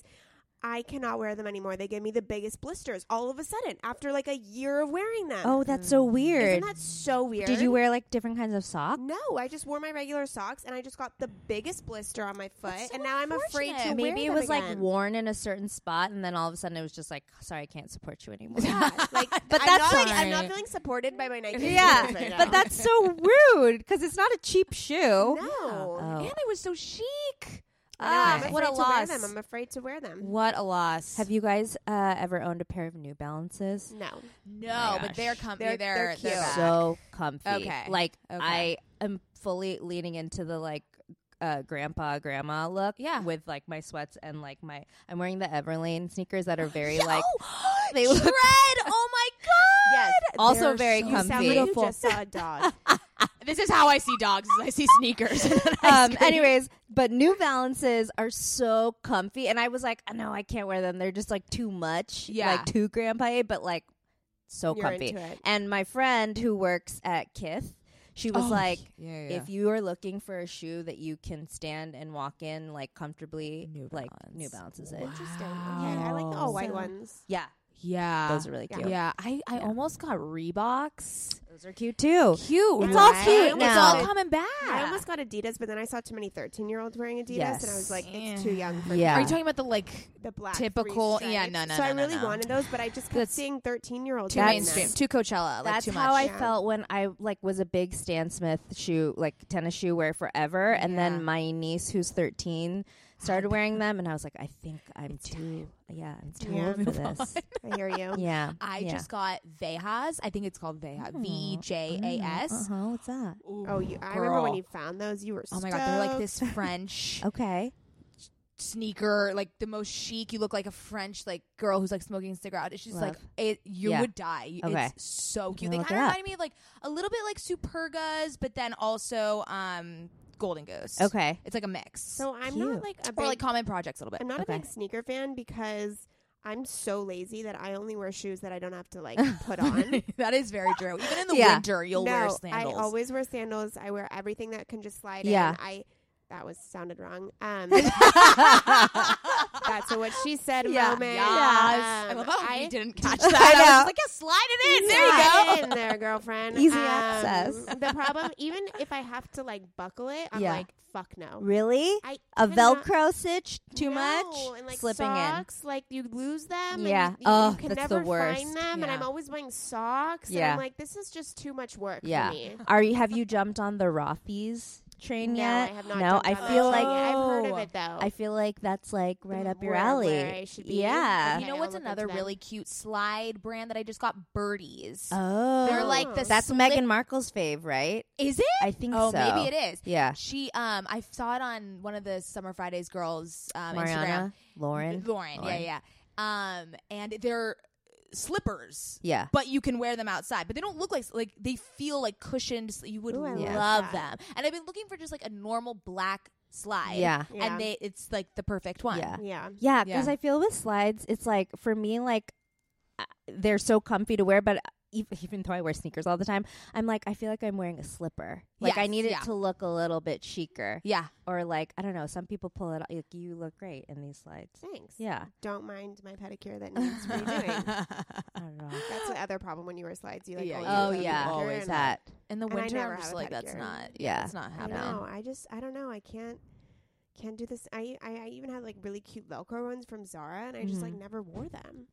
S1: I cannot wear them anymore. They give me the biggest blisters all of a sudden after like a year of wearing them.
S4: Oh, that's so
S1: Mm. isn't
S4: weird.
S1: that so weird?
S4: Did you wear like different kinds of socks?
S1: No, I just wore my regular socks, and I just got the biggest blister on my foot,
S2: That's so
S1: and now I'm afraid to
S2: unfortunate.
S1: wear
S4: Maybe it
S1: them
S4: was like
S1: again.
S4: worn in a certain spot, and then all of a sudden it was just like, sorry, I can't support you anymore. [laughs]
S1: Yeah, like,
S4: But
S1: I'm
S4: that's
S1: not, like, I'm
S4: fine.
S1: not feeling supported by my Nike.
S4: Yeah,
S1: sneakers right now.
S4: but that's so rude because it's not a cheap shoe.
S1: no.
S4: Oh.
S2: and it was so chic.
S1: I know, I'm
S2: Ah,
S1: afraid
S2: what a
S1: to wear
S2: loss.
S1: them. I'm afraid to wear them.
S2: What a loss.
S4: Have you guys uh, ever owned a pair of New Balances?
S1: No,
S2: no, but they're comfy.
S1: They're-
S2: They're
S1: they're
S2: they're,
S1: cute.
S2: back.
S4: So comfy.
S2: Okay.
S4: Like
S2: Okay.
S4: I am fully leaning into the like uh, grandpa grandma look.
S2: Yeah.
S4: With like my sweats and like my I'm wearing the Everlane sneakers that are very
S2: [gasps] Yo!
S4: like they
S2: shred.
S4: look-
S2: Oh
S4: [laughs]
S2: my god.
S1: Yes.
S4: Also
S1: they're
S4: very
S1: You sound
S4: comfy.
S1: like you
S2: Beautiful.
S1: just saw a
S2: [laughs]
S1: dog.
S2: [laughs] This is how I see dogs. Is I see sneakers.
S4: [laughs]
S2: [laughs]
S4: um anyways, but New Balances are so comfy and I was like, I know I can't wear them. They're just like too much.
S2: Yeah.
S4: Like too grandpa, but like so
S1: You're
S4: comfy.
S1: into it.
S4: And my friend who works at Kith, she
S2: Oh,
S4: was like
S2: yeah,
S4: if you are looking for a shoe that you can stand and walk in like comfortably,
S2: New
S4: like
S2: Balance.
S4: New Balance is it?
S1: Interesting. Okay, I like the
S2: Wow.
S1: all white
S4: So-
S1: ones.
S4: Yeah,
S2: yeah,
S4: those are really
S1: yeah.
S4: cute.
S2: yeah. I I
S4: Yeah.
S2: almost got Reeboks.
S4: Those are cute too.
S2: Cute.
S1: It's all
S2: right?
S1: cute
S2: It's
S4: now.
S2: all coming back.
S1: I almost got Adidas, but then I saw too many 13 year olds wearing Adidas, and I was
S4: Yes.
S1: like, it's
S2: Yeah.
S1: too young for
S4: Yeah.
S2: Are
S1: me.
S2: you talking about the like?
S1: the black
S2: typical-
S1: three
S2: yeah,
S1: stripes.
S2: no, no,
S1: So I
S2: no, no,
S1: really
S2: no.
S1: wanted those, but I just kept
S2: That's
S1: seeing 13 year olds.
S2: Too mainstream. Too Coachella. Like
S4: That's
S2: too much.
S4: how I
S1: Yeah.
S4: felt when I like was a big Stan Smith shoe, like tennis shoe wear forever, and
S2: Yeah.
S4: then my niece who's thirteen started wearing them, and I was like, I think I'm too, yeah, I'm too
S1: time.
S4: old for this.
S1: I hear you.
S4: [laughs] yeah,
S2: I
S4: yeah. Oh,
S2: just got Vejas. I think it's called Veja. V J A S.
S4: Uh huh. What's that?
S1: Oh, you, I remember when
S2: Girl.
S1: you found those. You were
S2: Oh my god, they're like
S1: stoked.
S2: this
S4: [laughs] Oh.
S2: French
S4: Okay.
S2: sneaker, like the most chic. You look like a French like girl who's like smoking a cigarette. It's just like
S4: Love.
S2: it, you
S4: Yeah.
S2: would die.
S4: Okay.
S2: It's so cute.
S4: gonna
S2: They
S4: look
S2: kind of
S4: it up.
S2: reminded me of like a little bit like Supergas, but then also um Golden Goose.
S4: Okay.
S2: it's like a mix.
S1: So I'm
S4: Cute.
S1: not like a
S2: or
S1: big,
S2: like Common Projects a little bit.
S1: I'm not
S4: Okay.
S1: a big sneaker fan because I'm so lazy that I only wear shoes that I don't have to like put on.
S2: [laughs] that is very true. Even in the
S4: Yeah.
S2: winter, you'll wear
S1: No,
S2: sandals.
S1: I
S2: [laughs]
S1: always wear sandals. I wear everything that can just slide
S4: Yeah.
S1: in. I that was sounded wrong.
S4: [laughs]
S1: Um, that's a what she said
S4: Yeah. Oh,
S1: moment.
S2: Yes. I
S1: Um,
S4: [laughs]
S2: love how we didn't catch
S4: I
S2: that. [laughs] I, was
S4: know.
S2: just like, yeah, slide it in. There you
S1: slide
S2: go.
S1: in there, girlfriend.
S4: [laughs]
S1: Um,
S4: Easy access.
S1: The problem, even if I have to like buckle it, I'm
S4: Yeah.
S1: like, fuck no.
S4: Really?
S1: I
S4: A
S1: cannot-
S4: Velcro stitch? Too
S1: No,
S4: much?
S1: and, like,
S4: Slipping in.
S1: socks, Like you lose them.
S4: Yeah.
S1: And you,
S4: Oh,
S1: you can
S4: that's the
S1: never
S4: worst.
S1: find them, and
S2: Yeah.
S1: I'm always wearing socks. And
S4: Yeah.
S1: I'm like, this is just too much work
S4: Yeah.
S1: for me.
S4: Are you? Have you jumped on the Rothy's train
S1: No,
S4: yet?
S1: I have not.
S4: no,
S1: jumped
S4: I
S1: on
S4: feel
S1: that
S4: like
S1: train yet. I've heard of
S2: Oh.
S1: it though.
S4: I feel like that's like right up your
S1: Where-
S4: alley.
S1: where I should be.
S4: Yeah.
S1: Okay.
S2: You know
S1: I'll
S2: what's
S1: look
S2: another
S1: into them.
S2: really cute slide brand that I just got? Birdies.
S4: Oh,
S2: They're like the
S4: that's
S2: slip-
S4: Meghan Markle's fave, right?
S2: Is it?
S4: I think
S2: oh,
S4: so.
S2: maybe it is.
S4: Yeah,
S2: She um I saw it on one of the Summer Fridays girls um
S4: Mariana,
S2: Instagram.
S1: [laughs]
S4: Lauren.
S2: Lauren.
S4: Lauren.
S2: Yeah, yeah. Um and they're slippers.
S4: Yeah,
S2: But you can wear them outside, but they don't look like like they feel like cushioned. So you would
S1: Ooh, I
S2: love
S1: love that.
S2: them, and I've been looking for just like a normal black slide.
S4: Yeah.
S1: Yeah.
S2: And they it's like the perfect one.
S4: Yeah.
S1: yeah.
S4: Yeah,
S2: Yeah.
S4: because I feel with slides, it's like for me, like uh, they're so comfy to wear, but ev- even though I wear sneakers all the time, I'm like, I feel like I'm wearing a slipper. Like I
S2: Yes,
S4: need it
S2: yeah.
S4: to look a little bit chicer,
S2: Yeah.
S4: or like I don't know. Some people pull it. Like you look great in these slides.
S1: Thanks.
S4: Yeah,
S1: Don't mind my pedicure that needs redoing.
S4: I
S1: [laughs]
S4: don't know.
S1: That's the other problem when you wear slides. You like
S2: Yeah,
S1: always
S2: you
S1: have
S4: oh
S1: a pedicure
S4: yeah,
S2: always
S1: and-
S4: that.
S2: [laughs] In the
S1: And I
S2: winter,
S1: never
S2: I'm
S1: have
S2: just
S1: a
S2: like, that's
S1: pedicure.
S2: not.
S4: Yeah.
S2: It's not
S1: I
S2: happening.
S1: know. I just I don't know. I can't can't do this. I I, I even had like really cute Velcro ones from Zara, and I just
S2: Mm-hmm.
S1: like never wore them.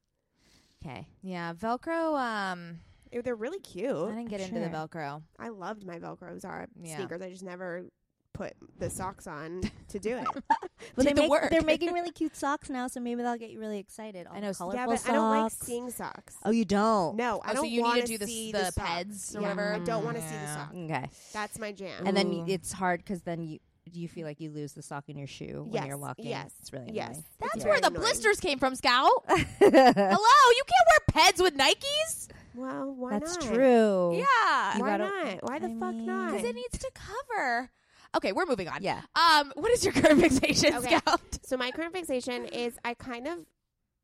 S4: Okay.
S2: Yeah. Velcro. Um,
S1: It- they're really
S2: I
S1: cute.
S2: didn't get into the
S4: Sure.
S2: Velcro.
S1: I loved my Velcro Zara
S2: Yeah.
S1: sneakers. I just never put the socks on to do it.
S2: [laughs]
S4: Well,
S2: Did the
S4: they make,
S2: work.
S1: [laughs]
S4: They're making really cute socks now, so maybe that'll get you really excited. All
S2: I know,
S4: the colorful
S1: yeah, but
S4: socks.
S1: I don't like seeing socks.
S4: Oh, you don't.
S1: No, I
S2: Oh,
S1: don't
S2: so you
S1: want
S2: need to do
S1: see
S2: the
S1: the,
S2: the
S1: socks.
S2: peds or
S4: Yeah.
S2: whatever.
S1: I don't want to see the
S2: Yeah.
S1: sock.
S4: Okay.
S1: That's my jam.
S4: and then
S2: Ooh.
S4: y- it's hard because then you do you feel like you lose the sock in your shoe when
S1: Yes,
S4: you're walking.
S1: yes,
S4: it's really
S1: yes.
S4: annoying.
S1: That's
S2: That's
S1: It's
S2: where
S1: very
S2: the
S1: annoying.
S2: blisters came from, Scout.
S4: [laughs] That's
S2: Hello, you can't wear Peds with Nikes.
S1: well, why not?
S4: true.
S2: Yeah,
S4: You
S1: Why
S4: gotta-
S1: not? Why the
S4: I
S1: fuck
S4: mean-
S1: not?
S4: 'Cause
S2: because it needs to cover. Okay, we're moving on.
S4: Yeah.
S2: Um, what is your current fixation,
S1: Okay.
S2: Scout?
S1: So my current fixation is I kind of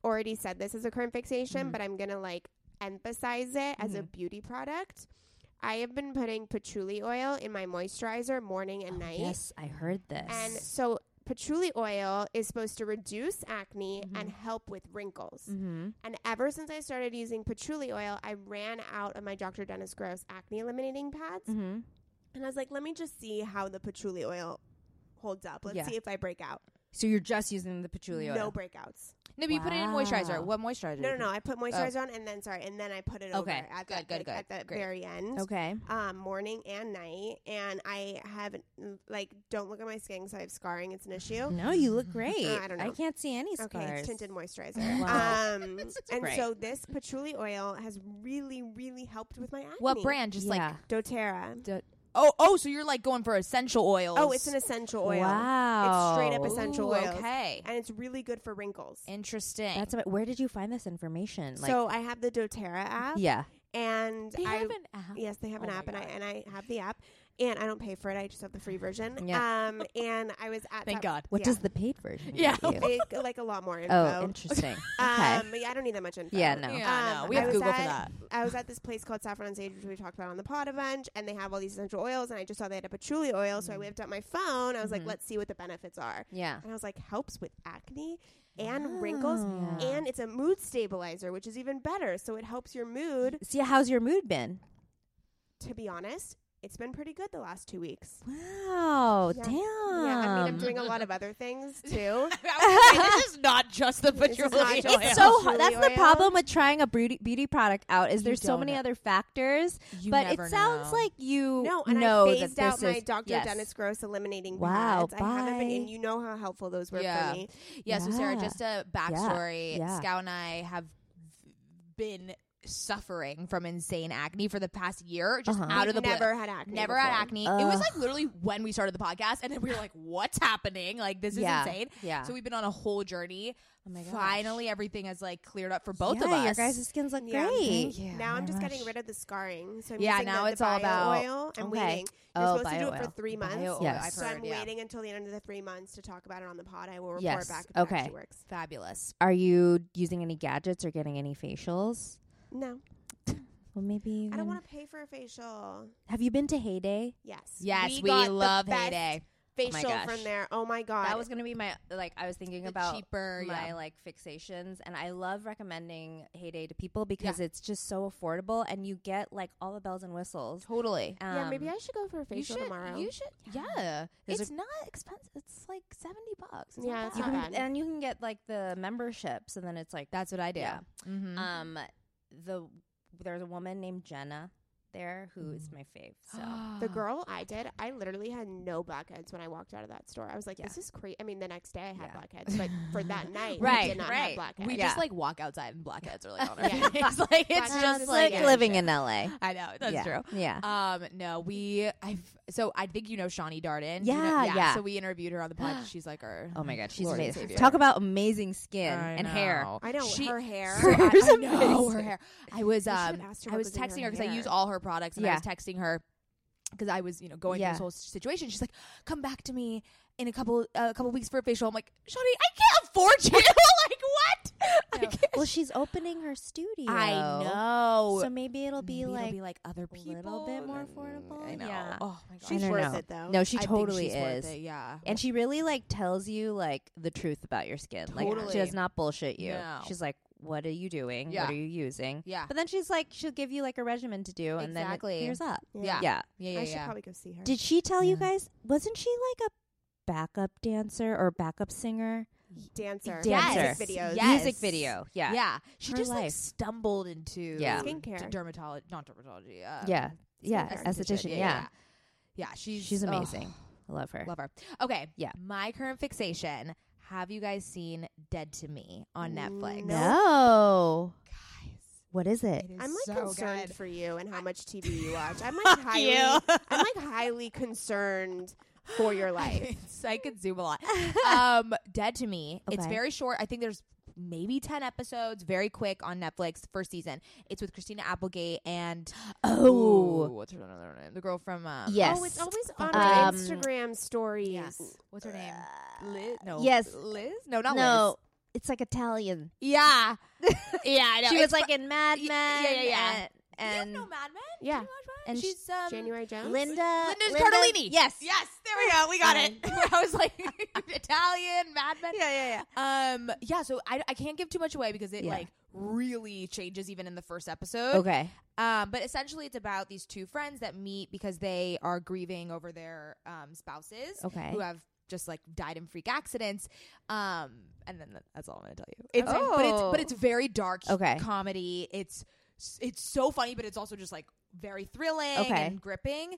S1: already said this is a current fixation, but I'm gonna like emphasize it as a beauty product. I have been putting patchouli oil in my moisturizer morning and night.
S4: Yes, I heard this.
S1: And so patchouli oil is supposed to reduce acne and help with wrinkles.
S4: Mm-hmm.
S1: And ever since I started using patchouli oil, I ran out of my Dr. Dennis Gross acne eliminating pads.
S4: Mhm.
S1: And I was like, let me just see how the patchouli oil holds up. Let's
S4: Yeah.
S1: see if I break out.
S4: So you're just using the patchouli oil.
S1: No breakouts.
S2: No, but you put it in moisturizer.
S4: Wow.
S2: What moisturizer?
S1: No, no, no. I put moisturizer on and then sorry, and then I put it over
S2: Mm-hmm. Oh. Okay.
S1: at
S2: Good,
S1: that,
S2: good,
S1: like,
S2: good.
S1: at the
S2: Great.
S1: very end.
S4: Okay.
S1: Um, morning and night, and I have mm, like don't look at my skin because I have scarring. It's an
S2: Mm-hmm.
S1: issue.
S4: No, you
S1: [laughs]
S4: look great.
S1: Uh, I don't know.
S4: can't see any scars.
S1: Okay, it's tinted moisturizer.
S4: Wow.
S2: [laughs]
S1: Um,
S4: That's
S1: and
S4: great.
S1: so this patchouli oil has really, really helped with my acne.
S2: What brand? Just like
S4: Yeah.
S1: DoTerra.
S2: oh, oh. So you're like going for essential oils.
S1: Oh, it's an essential oil. It's
S4: Wow.
S1: straight up essential
S2: Ooh,
S1: oils.
S2: Okay.
S1: And it's really good for wrinkles.
S2: Interesting. [laughs]
S4: That's about, where did you find this information? Like,
S1: so I have the DoTerra app.
S4: yeah.
S1: And
S2: they
S1: I
S2: have an app.
S1: Yes, they have an
S2: Oh my
S1: app, and I
S2: God.
S1: and I have the app, and I don't pay for it. I just have the free version.
S4: Yeah.
S1: Um, and I was at that-
S2: Thank God.
S4: What
S1: yeah.
S4: does the paid version?
S2: Yeah.
S1: [laughs]
S4: get you?
S1: They- like a lot more info. [laughs]
S4: oh, interesting. okay.
S1: Um, but yeah, I don't need that much info.
S4: Yeah, no.
S2: Yeah,
S1: Um,
S2: no. We
S1: I
S2: have
S1: was
S2: Google for
S1: at-
S2: that.
S1: I was at this place called Saffron on Sage, which we talked about on the pod a bunch, and they have all these essential oils, and I just saw they had a patchouli oil,
S4: Mm-hmm.
S1: so I whipped up my phone. I was like, let's see what the benefits are.
S4: Yeah.
S1: And I was like, helps with acne and wrinkles,
S4: Oh.
S1: and it's a mood stabilizer, which is even better. So it helps your mood.
S4: See, how's your mood been?
S1: To be honest, it's been pretty good the last two weeks.
S4: Wow.
S1: Yeah.
S4: Damn.
S1: Yeah, I
S2: Um,
S1: mean, I'm doing a lot of other
S2: [laughs]
S1: things too.
S2: this is not just the
S1: This is not
S2: patchouli.
S1: just-
S2: oil.
S4: it's so
S1: Patchouli
S4: hard. That's the
S1: oil.
S4: problem with trying a beauty, beauty product out is
S2: You
S4: there's so
S2: don't
S4: many
S2: know.
S4: other factors.
S2: You
S4: but it
S2: never
S4: sounds
S2: know.
S4: like you
S1: No, and
S4: know
S1: I phased
S4: that
S1: out
S4: this
S1: my
S4: is,
S1: Dr.
S4: yes.
S1: Dennis Gross eliminating
S4: Wow,
S1: pads. I haven't been,
S4: bye.
S1: and you know how helpful those were
S2: Yeah.
S1: for me.
S2: Yeah, so Sarah,
S4: Yeah.
S2: just a backstory.
S4: Yeah.
S2: Scout and I have been suffering from insane acne for the past year, just
S4: Uh-huh.
S2: out of the blue.
S1: Never had acne.
S2: Never
S1: before.
S2: had acne. it was
S4: Ugh.
S2: like literally when we started the podcast, and then we were like, "What's happening? Like this is
S4: Yeah.
S2: insane."
S4: Yeah.
S2: So we've been on a whole journey.
S4: Oh my gosh.
S2: Finally, everything has like cleared up for both of
S4: Yeah,
S2: us.
S4: Your guys' skins look
S1: Yeah.
S4: great.
S2: Thank you.
S1: Now
S4: Oh
S1: I'm
S4: my
S1: just getting
S4: gosh.
S1: rid of the scarring. So I'm
S2: Yeah,
S1: using
S2: now
S1: the,
S2: it's
S1: the
S2: all
S1: bio
S2: about-
S1: oil. I'm
S4: Okay.
S1: waiting. You're
S4: Oh,
S1: supposed to do it
S4: bio
S1: for
S4: oil.
S1: three months.
S2: Bio-
S4: Yes.
S2: I've
S1: So
S2: heard,
S1: I'm
S2: yeah.
S1: waiting until the end of the three months to talk about it on the pod. I will report
S4: Yes.
S1: back if
S4: Okay.
S1: it actually works.
S2: Fabulous.
S4: Are you using any gadgets or getting any facials?
S1: No,
S4: Well, maybe. You
S1: I
S4: can-
S2: Mm.
S1: don't want to pay for a facial.
S4: Have you been to Heyday?
S1: Yes.
S2: Yes, we,
S1: got the
S2: love
S1: best
S2: heyday.
S1: Facial
S4: gosh.
S1: from there. Oh my god.
S4: That was going to be my like. I was thinking
S2: The
S4: about
S2: cheaper,
S4: my
S2: yeah.
S4: like fixations, and I love recommending Heyday to people because it's just so affordable, and you get like all the bells and whistles.
S2: Totally.
S4: Um,
S1: yeah, maybe I should go for a
S2: You
S1: facial
S2: should.
S1: tomorrow.
S2: You should. Yeah.
S4: There's
S2: It's not expensive. It's like seventy bucks. It's
S1: Yeah,
S2: not
S1: it's
S4: you
S2: bad.
S1: not
S4: can,
S1: bad.
S4: and you can get like the memberships, and then it's like
S2: That's what I do.
S4: Yeah.
S2: Mhm.
S4: Um, the there's a woman named Jenna there who is my fave. [gasps] So [laughs]
S1: The girl I did, I literally had no blackheads when I walked out of that store. I was like,
S4: Yeah.
S1: this is crazy. I mean, the next day I had
S4: Yeah.
S1: blackheads, but for that night, I
S4: Right,
S1: did not have
S4: right.
S1: blackheads.
S2: we
S4: Yeah.
S2: just like walk outside and blackheads are like [laughs] on
S1: Yeah.
S2: our
S4: [laughs]
S2: face. like
S1: Blackheads
S2: it's just
S1: is
S2: like,
S1: like
S4: living in LA.
S2: I know that's
S4: yeah.
S2: true.
S4: Yeah.
S2: Um, no, we I've so I think you know Shawnee Darden. Do you know-
S4: Yeah, yeah.
S2: So we interviewed her on the
S4: [gasps]
S2: pod. She's like our
S4: Oh my god, she's
S2: Lord and
S4: amazing.
S2: Savior.
S4: Talk about amazing skin and hair.
S1: I know
S2: She-
S1: her
S2: [laughs]
S1: hair.
S2: So I,
S4: Hers
S2: I know
S1: [laughs]
S4: amazing. [laughs]
S2: her hair. I was
S1: You should have
S2: um
S1: asked her
S2: I
S1: what
S2: was
S1: was in her
S2: texting her because I
S1: hair.
S2: use all her products and I was texting her because I was, you know, going
S4: Yeah.
S2: through this whole s- situation. She's like, "Come back to me in a couple uh, a couple weeks for a facial." I'm like, "Shawty, I can't
S4: [laughs]
S2: afford you. [laughs] like what? I, can't-
S4: Well, she's opening her studio.
S2: I know.
S4: So maybe it'll be
S2: Maybe
S4: like,
S2: it'll be like other
S4: a
S2: people,
S4: little bit more
S2: and-
S4: affordable.
S2: I know.
S4: Yeah.
S2: Oh my god,
S4: mm, I
S1: She's
S4: don't
S1: worth
S4: know.
S1: it though.
S4: no, she
S2: I think
S4: totally
S2: she's worth
S4: is.
S2: it, yeah.
S4: And she really like tells you like the truth about your skin. Like
S2: Totally.
S4: she does not bullshit you.
S2: No.
S4: She's like, "What are you doing?
S2: Yeah.
S4: What are you using?"
S2: Yeah.
S4: But then she's like, she'll give you like a regimen to do, and
S2: Exactly.
S4: then it clears up.
S2: Yeah.
S4: yeah.
S2: yeah, yeah,
S1: I should
S2: yeah.
S1: probably go see her.
S4: Did she tell you
S3: Yeah.
S4: guys? Wasn't she like a backup dancer or backup singer?
S1: dancer,
S4: Dancer.
S1: music videos,
S2: Yes.
S4: Music video. Yeah.
S2: yeah. She
S4: Her
S2: just like
S4: life.
S2: stumbled into
S4: Yeah.
S1: Skincare.
S2: dermatology, not dermatology. Uh,
S4: Yeah. Yeah.
S1: Skincare.
S4: Esthetician. Yeah.
S2: yeah. Yeah, she's
S4: She's
S2: ugh,
S4: amazing. I love her.
S2: love her. Okay,
S4: Yeah.
S2: My current fixation. Have you guys seen Dead to Me on Netflix?
S1: No.
S4: No.
S2: Guys,
S4: What is it?
S2: it is
S1: I'm like
S2: so
S1: concerned
S2: good.
S1: for you and how much TV you watch. I'm like highly, I'm like highly concerned for your life.
S2: [laughs] It's- I could zoom a lot. Um, Dead to Me. It's
S4: Okay.
S2: very short. I think there's maybe 10 episodes, very quick on Netflix, first season. It's with Christina Applegate and
S4: Oh.
S2: Ooh, what's her other name? The girl from um,
S4: Yes.
S1: Oh, it's always on my
S4: Um,
S1: Instagram stories.
S2: yeah. What's her name? Liz? No.
S4: yes.
S2: Liz? No, not
S4: no. It's like Italian.
S2: Liz. Yeah. yeah, I know.
S4: she
S2: It's
S4: was like in Mad
S2: y-
S4: Men.
S2: yeah, yeah, yeah.
S4: And,
S2: You
S4: and
S2: know Mad Men?
S1: Yeah.
S2: Did you watch Mad Men?
S4: And
S2: she's um,
S1: January Jones.
S4: Linda.
S2: Linda's
S4: Linda-
S2: Cardellini.
S4: Yes.
S2: Yes, there we go. We got it. Um, [laughs] I was like Italian Mad Men.
S4: Yeah, yeah, yeah.
S2: Um, yeah. So I, I can't give too much away because it
S4: Yeah.
S2: like really changes even in the first episode.
S4: Okay.
S2: Um, but essentially, it's about these two friends that meet because they are grieving over their um, spouses
S4: Okay.
S2: who have just like died in freak accidents. Um, and then that- that's all I'm gonna tell you. It's but it's but it's very dark
S4: Oh. Okay.
S2: comedy. It's it's so funny, but it's also just like very thrilling
S4: Okay.
S2: and gripping.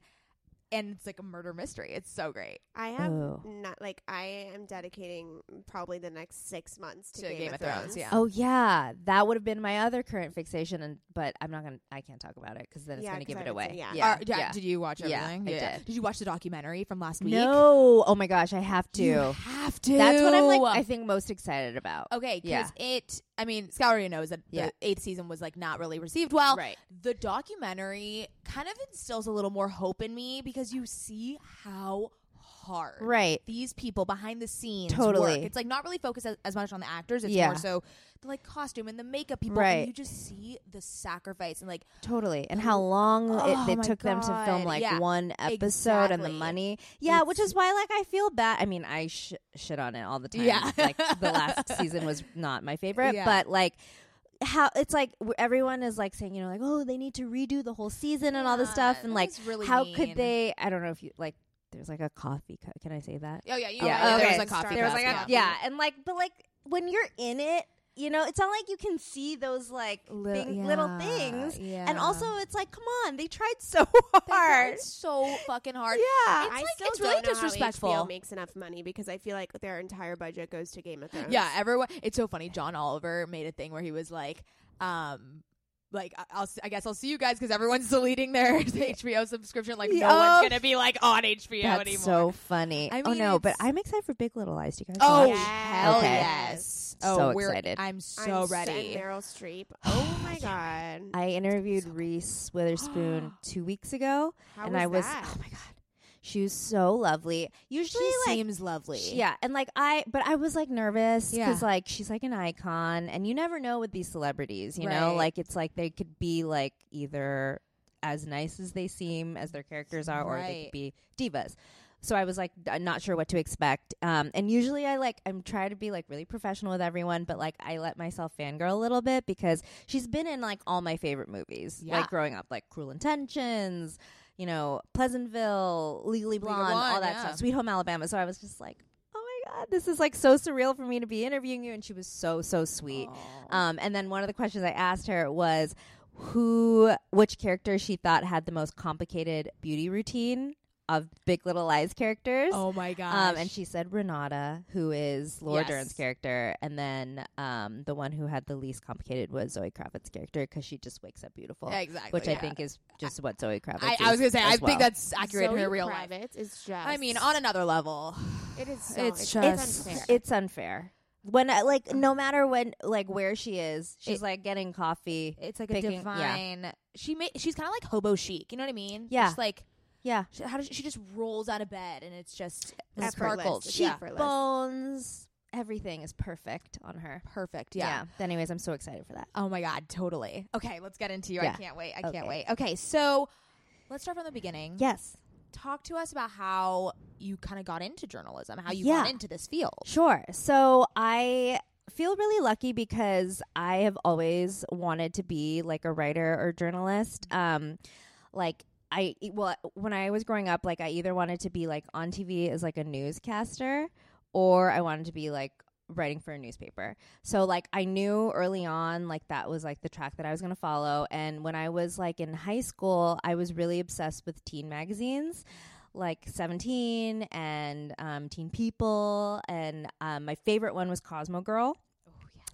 S2: And it's like a murder mystery. It's so great.
S1: I have
S4: Oh.
S1: not like I am dedicating probably the next six months to,
S2: To Game of Thrones, yeah.
S4: Oh yeah, that would have been my other current fixation, and but I'm not gonna. I can't talk about it because then it's
S1: Yeah,
S4: gonna
S1: 'cause
S4: give
S1: I
S4: it
S1: haven't
S4: away.
S1: seen- yeah.
S4: yeah,
S2: Are- yeah, Did you watch
S4: Yeah,
S2: everything?
S4: I did.
S2: you watch the documentary from last week?
S4: No. Oh my gosh, I have to.
S2: You have to.
S4: That's what I'm like. I think most excited about.
S2: Okay,
S4: Yeah.
S2: because it, I mean, Scott already knows that
S4: Yeah.
S2: the eighth season was like not really received well.
S4: Right.
S2: The documentary kind of instills a little more hope in me because you see how hard
S4: Right.
S2: these people behind the scenes
S4: Totally.
S2: work. It's like not really focused as, as much on the actors. It's
S4: Yeah.
S2: more so the like costume and the makeup people.
S4: Right.
S2: And you just see the sacrifice and like
S4: Totally. And how long
S2: Oh
S4: it, it
S2: my
S4: took them to film
S2: God.
S4: like
S2: Yeah.
S4: one episode and the
S2: Exactly.
S4: money. Yeah, which is why like I feel bad. I mean, I sh- shit on it all the time.
S2: Yeah.
S4: like the last
S2: [laughs]
S4: season was not my favorite,
S2: Yeah.
S4: but like how it's like w- everyone is like saying, you know, like oh, they need to redo the whole season and all this
S2: Yeah,
S4: stuff and
S2: that
S4: like
S2: was really
S4: how
S2: mean.
S4: could they I don't know if you like there's like a coffee cup. Can I say that?
S2: Oh yeah, you
S4: Yeah,
S2: yeah, there
S4: okay.
S2: was a coffee.
S4: There was
S2: cup,
S4: like a, yeah, and like but like when you're in it, you know, it's not like you can see those like
S2: Little-
S4: thing- little
S2: yeah,
S4: things. And
S2: yeah.
S4: also, it's like, come on, they tried so [laughs]
S2: Thank God,
S4: hard.
S2: It's so fucking hard.
S4: Yeah.
S2: Uh, It's
S1: I
S2: like
S1: still
S2: it's really
S1: don't know how
S2: disrespectful.
S1: HBO makes enough money because I feel like their entire budget goes to Game of Thrones.
S2: Yeah, everyone. It's so funny. John Oliver made a thing where he was like, um, like I- I'll, si guess I'll see you guys because everyone's [laughs] deleting their HBO subscription. Like no
S4: Yeah.
S2: one's gonna be like on HBO
S4: That's
S2: anymore.
S4: so funny.
S2: I
S4: oh
S2: mean,
S4: no, but
S2: it's-
S4: I'm excited for Big Little Lies. Do you guys?
S2: oh
S4: watch?
S2: hell
S4: Okay.
S2: yes!
S4: So
S2: Oh, we're,
S4: excited.
S2: I'm
S1: I'm
S2: so ready.
S1: and Meryl Streep. Oh my god.
S4: I interviewed [gasps] Reese Witherspoon two weeks ago,
S1: How
S4: and
S1: was
S4: I was
S1: that?
S4: oh my god, she was so lovely. Usually,
S2: she
S4: like
S2: seems lovely.
S4: She- Yeah, and like I, but I was like nervous because
S2: Yeah.
S4: like she's like an icon, and you never know with these celebrities, you know,
S2: Right.
S4: like it's like they could be like either as nice as they seem as their characters are, or they
S2: Right.
S4: could be divas. So I was like d- not sure what to expect, um, and usually I like I'm trying to be like really professional with everyone, but like I let myself fangirl a little bit because she's been in like all my favorite movies,
S2: Yeah.
S4: like growing up, like Cruel Intentions, you know, Pleasantville, Legally
S2: Legal
S4: Blonde, all
S2: Blonde,
S4: that
S2: yeah.
S4: stuff, Sweet Home Alabama. So I was just like, oh my god, this is like so surreal for me to be interviewing you. And she was so so sweet. Um, and then one of the questions I asked her was who, which character she thought had the most complicated beauty routine of Big Little Lies characters.
S2: Oh my gosh.
S4: Um, and she said Renata, who is Laura
S2: Yes.
S4: Dern's character, and then um, the one who had the least complicated was Zoe Kravitz's character because she just wakes up beautiful,
S2: exactly,
S4: which I
S2: yeah.
S4: think is just what Zoe Kravitz.
S2: I,
S4: is
S2: I was gonna say I
S4: as well.
S2: think that's accurate in
S1: Zoe
S2: her real life.
S1: Kravitz is just.
S2: I mean, on another level.
S1: it is. So,
S2: it's
S1: it's
S2: just-
S1: unfair.
S4: It's unfair. When I- like no matter when like where she is, she's like getting coffee.
S2: It's like
S4: Picking-
S2: a divine. She ma- She's kind of like hobo chic. You know what I mean?
S4: Yeah.
S2: Just like
S4: Yeah.
S2: She, how does she, she just rolls out of bed and it's just it
S1: Effortless.
S2: sparkles.
S1: It's
S2: yeah.
S1: effortless.
S4: Bones. Everything is perfect on her.
S2: Perfect. Yeah.
S4: Anyways, I'm so excited for that.
S2: Oh my god, totally. Okay, let's get into you. I
S4: Yeah.
S2: can't wait. I can't
S4: Okay.
S2: wait. Okay, so let's start from the beginning.
S4: Yes.
S2: Talk to us about how you kind of got into journalism, how you
S4: Yeah.
S2: got into this field.
S4: Sure. So I feel really lucky because I have always wanted to be like a writer or journalist. Um, like I e, well, when I was growing up, like I either wanted to be like on TV as like a newscaster, or I wanted to be like writing for a newspaper. So like I knew early on like that was like the track that I was going to follow and when I was like in high school I was really obsessed with teen magazines like 17 and um, Teen People and um, my favorite one was Cosmo Girl.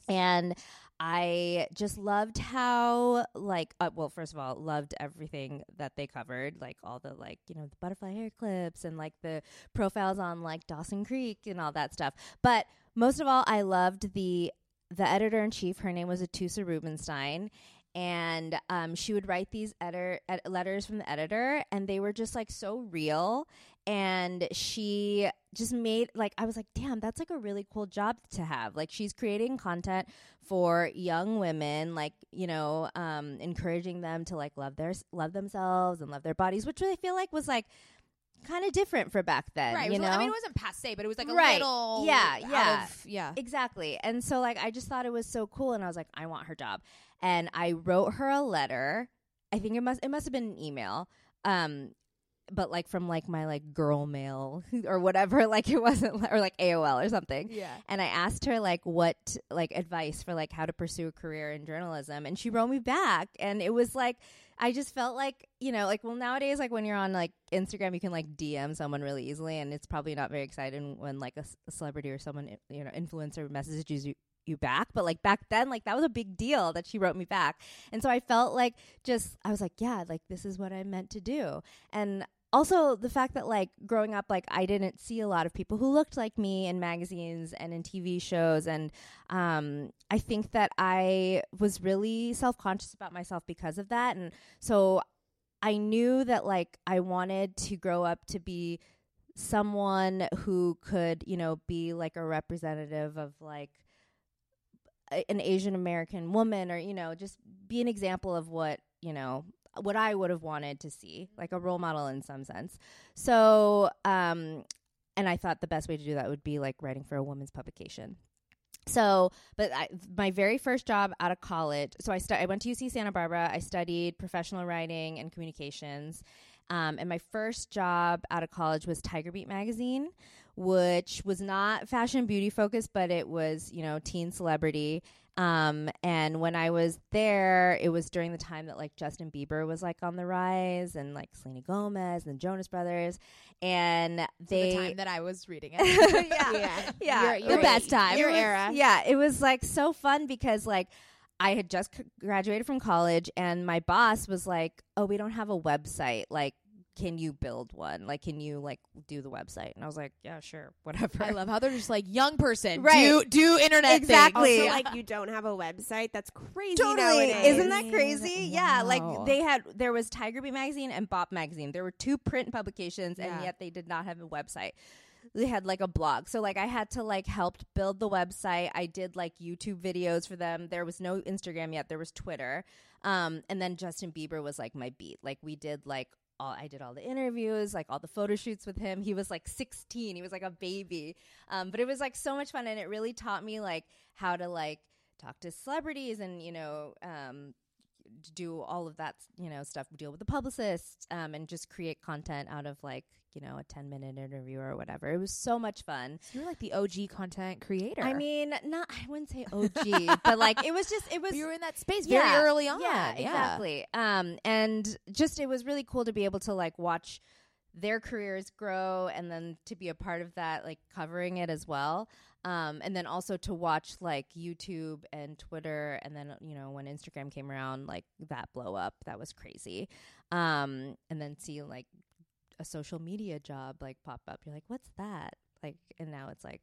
S4: And I just loved how like uh, well first of all loved everything that they covered like all the like you know the butterfly hair clips and like the profiles on like Dawson Creek and all that stuff. But most of all, I loved the the editor in chief. Her name was Atusa Rubenstein, and um, she would write these editor ed- letters from the editor, and they were just like so real. And she just made like I was like, damn, that's like a really cool job to have. Like she's creating content for young women, like you know, um, encouraging them to like love their love themselves and love their bodies, which I feel like was like kind of different for back then.
S2: Right.
S4: You
S2: so,
S4: know,
S2: I mean, it wasn't passe, but it was like a
S4: Right.
S2: little.
S4: Yeah,
S2: out
S4: yeah.
S2: of- yeah.
S4: Exactly. And so like I just thought it was so cool and I was like I want her job. And I wrote her a letter. I think it must it must have been an email. Um but like from like my like girl mail [laughs] or whatever like it wasn't or like AOL or something.
S2: [laughs] Yeah.
S4: And I asked her like what like advice for like how to pursue a career in journalism and she wrote me back and it was like I just felt like, you know, like well nowadays like when you're on like Instagram you can like DM someone really easily and it's probably not very exciting when like a, s- a celebrity or someone you know influencer messages you you back but like back then like that was a big deal that she wrote me back and so i felt like just i was like yeah like this is what i meant to do and also the fact that like growing up like i didn't see a lot of people who looked like me in magazines and in tv shows and um, i think that i was really self-conscious about myself because of that and so i knew that like i wanted to grow up to be someone who could you know be like a representative of like a- an asian american woman or you know just be an example of what you know what i would have wanted to see like a role model in some sense so um and i thought the best way to do that would be like writing for a woman's publication so but I, my very first job out of college so i stu- i went to uc santa barbara i studied professional writing and communications um, and my first job out of college was Tiger Beat magazine, which was not fashion and beauty focused, but it was you know teen celebrity. Um, and when I was there, it was during the time that like Justin Bieber was like on the rise, and like Selena Gomez and the Jonas Brothers, and they
S2: the time that I was reading it. [laughs]
S1: Yeah.
S4: [laughs] yeah,
S1: Your- your-
S4: the best time,
S1: your
S4: It was-
S1: era.
S4: Yeah, it was like so fun because like I had just c- graduated from college, and my boss was like, "Oh, we don't have a website. Like, can you build one? Like, can you like do the website?" And I was like, "Yeah, sure, [laughs] whatever."
S2: I love how they're just like young person.
S4: Right.
S2: Do do internet things."
S4: Exactly.
S1: Also,
S4: Yeah.
S1: like you don't have a website. That's crazy.
S4: Totally.
S1: nowadays.
S4: Isn't that crazy? Yeah.
S2: Wow.
S4: Like they had there was Tiger Beat magazine and Bop magazine. There were two print publications
S2: Yeah.
S4: and yet they did not have a website. They had like a blog. So like I had to like help build the website. I did like YouTube videos for them. There was no Instagram yet. There was Twitter. Um and then Justin Bieber was like my beat. Like we did like all, I did all the interviews, like all the photo shoots with him. He was like 16. He was like a baby. Um, but it was like so much fun. And it really taught me like how to like talk to celebrities and, you know, um, do all of that, you know, stuff, deal with the publicist um, and just create content out of like, you know, a 10 minute interview or whatever. It was so much fun.
S2: You're like the OG content creator.
S4: I mean, not, I
S2: [laughs]
S4: wouldn't say OG, but like it was just, it was.
S2: you were in that space
S4: Yeah.
S2: very early on.
S4: Yeah, exactly. Um, and just it was really cool to be able to like watch their careers grow and then to be a part of that, like covering it as well. Um, and then also to watch like YouTube and Twitter, and then you know when Instagram came around, like that blow up, that was crazy. Um, and then see like a social media job like pop up, you're like, what's that? Like, and now it's like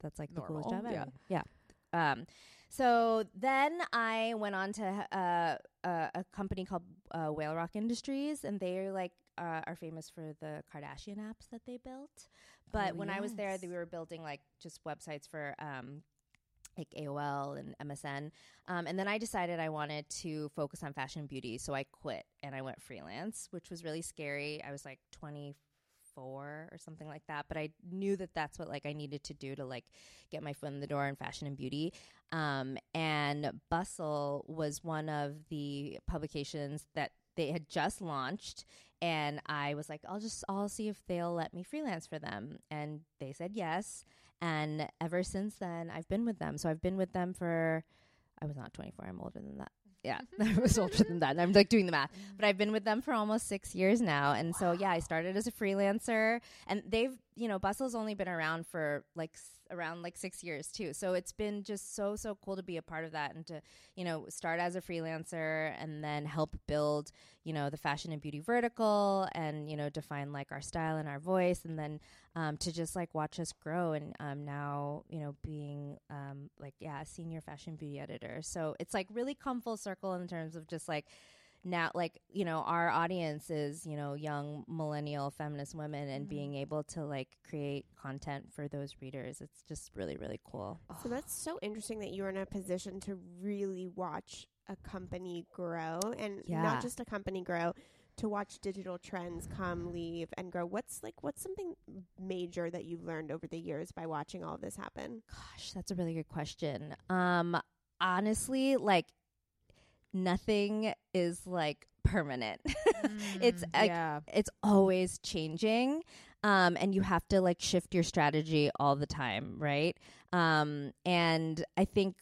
S4: that's like the coolest
S2: Normal,
S4: job
S2: yeah.
S4: ever. Yeah. Um, so then I went on to uh, uh, a company called uh, Whale Rock Industries, and they're like uh, are famous for the Kardashian apps that they built. But when I was there, they were building like just websites for um, like AOL and MSN. Um, and then I decided I wanted to focus on fashion and beauty. So I quit and I went freelance, which was really scary. I was like 24 or something like that. But I knew that that's what like I needed to do to like get my foot in the door in fashion and beauty. Um, and Bustle was one of the publications that they had just launched and i was like i'll just i'll see if they'll let me freelance for them and they said yes and ever since then i've been with them so i've been with them for i was not 24 i'm older than that yeah [laughs] i was older than that and i'm like doing the math but i've been with them for almost six years now and so yeah i started as a freelancer and they've you know bustle's only been around for like s- around like six years too so it's been just so so cool to be a part of that and to you know start as a freelancer and then help build you know the fashion and beauty vertical and you know define like our style and our voice and then um, to just like watch us grow and um, now you know being um, like yeah a senior fashion beauty editor so it's like really come full circle in terms of just like now like you know our audience is you know young millennial feminist women and being able to like create content for those readers it's just really really cool
S1: So that's so interesting that you're in a position to really watch a company grow and
S4: Yeah.
S1: not just a company grow to watch digital trends come leave and grow what's like what's something major that you've learned over the years by watching all this happen
S4: Gosh, that's a really good question. Um, honestly, like nothing is like permanent. [laughs] it's like,
S2: Mm, yeah.
S4: it's always changing, um, and you have to like shift your strategy all the time, right? Um, and I think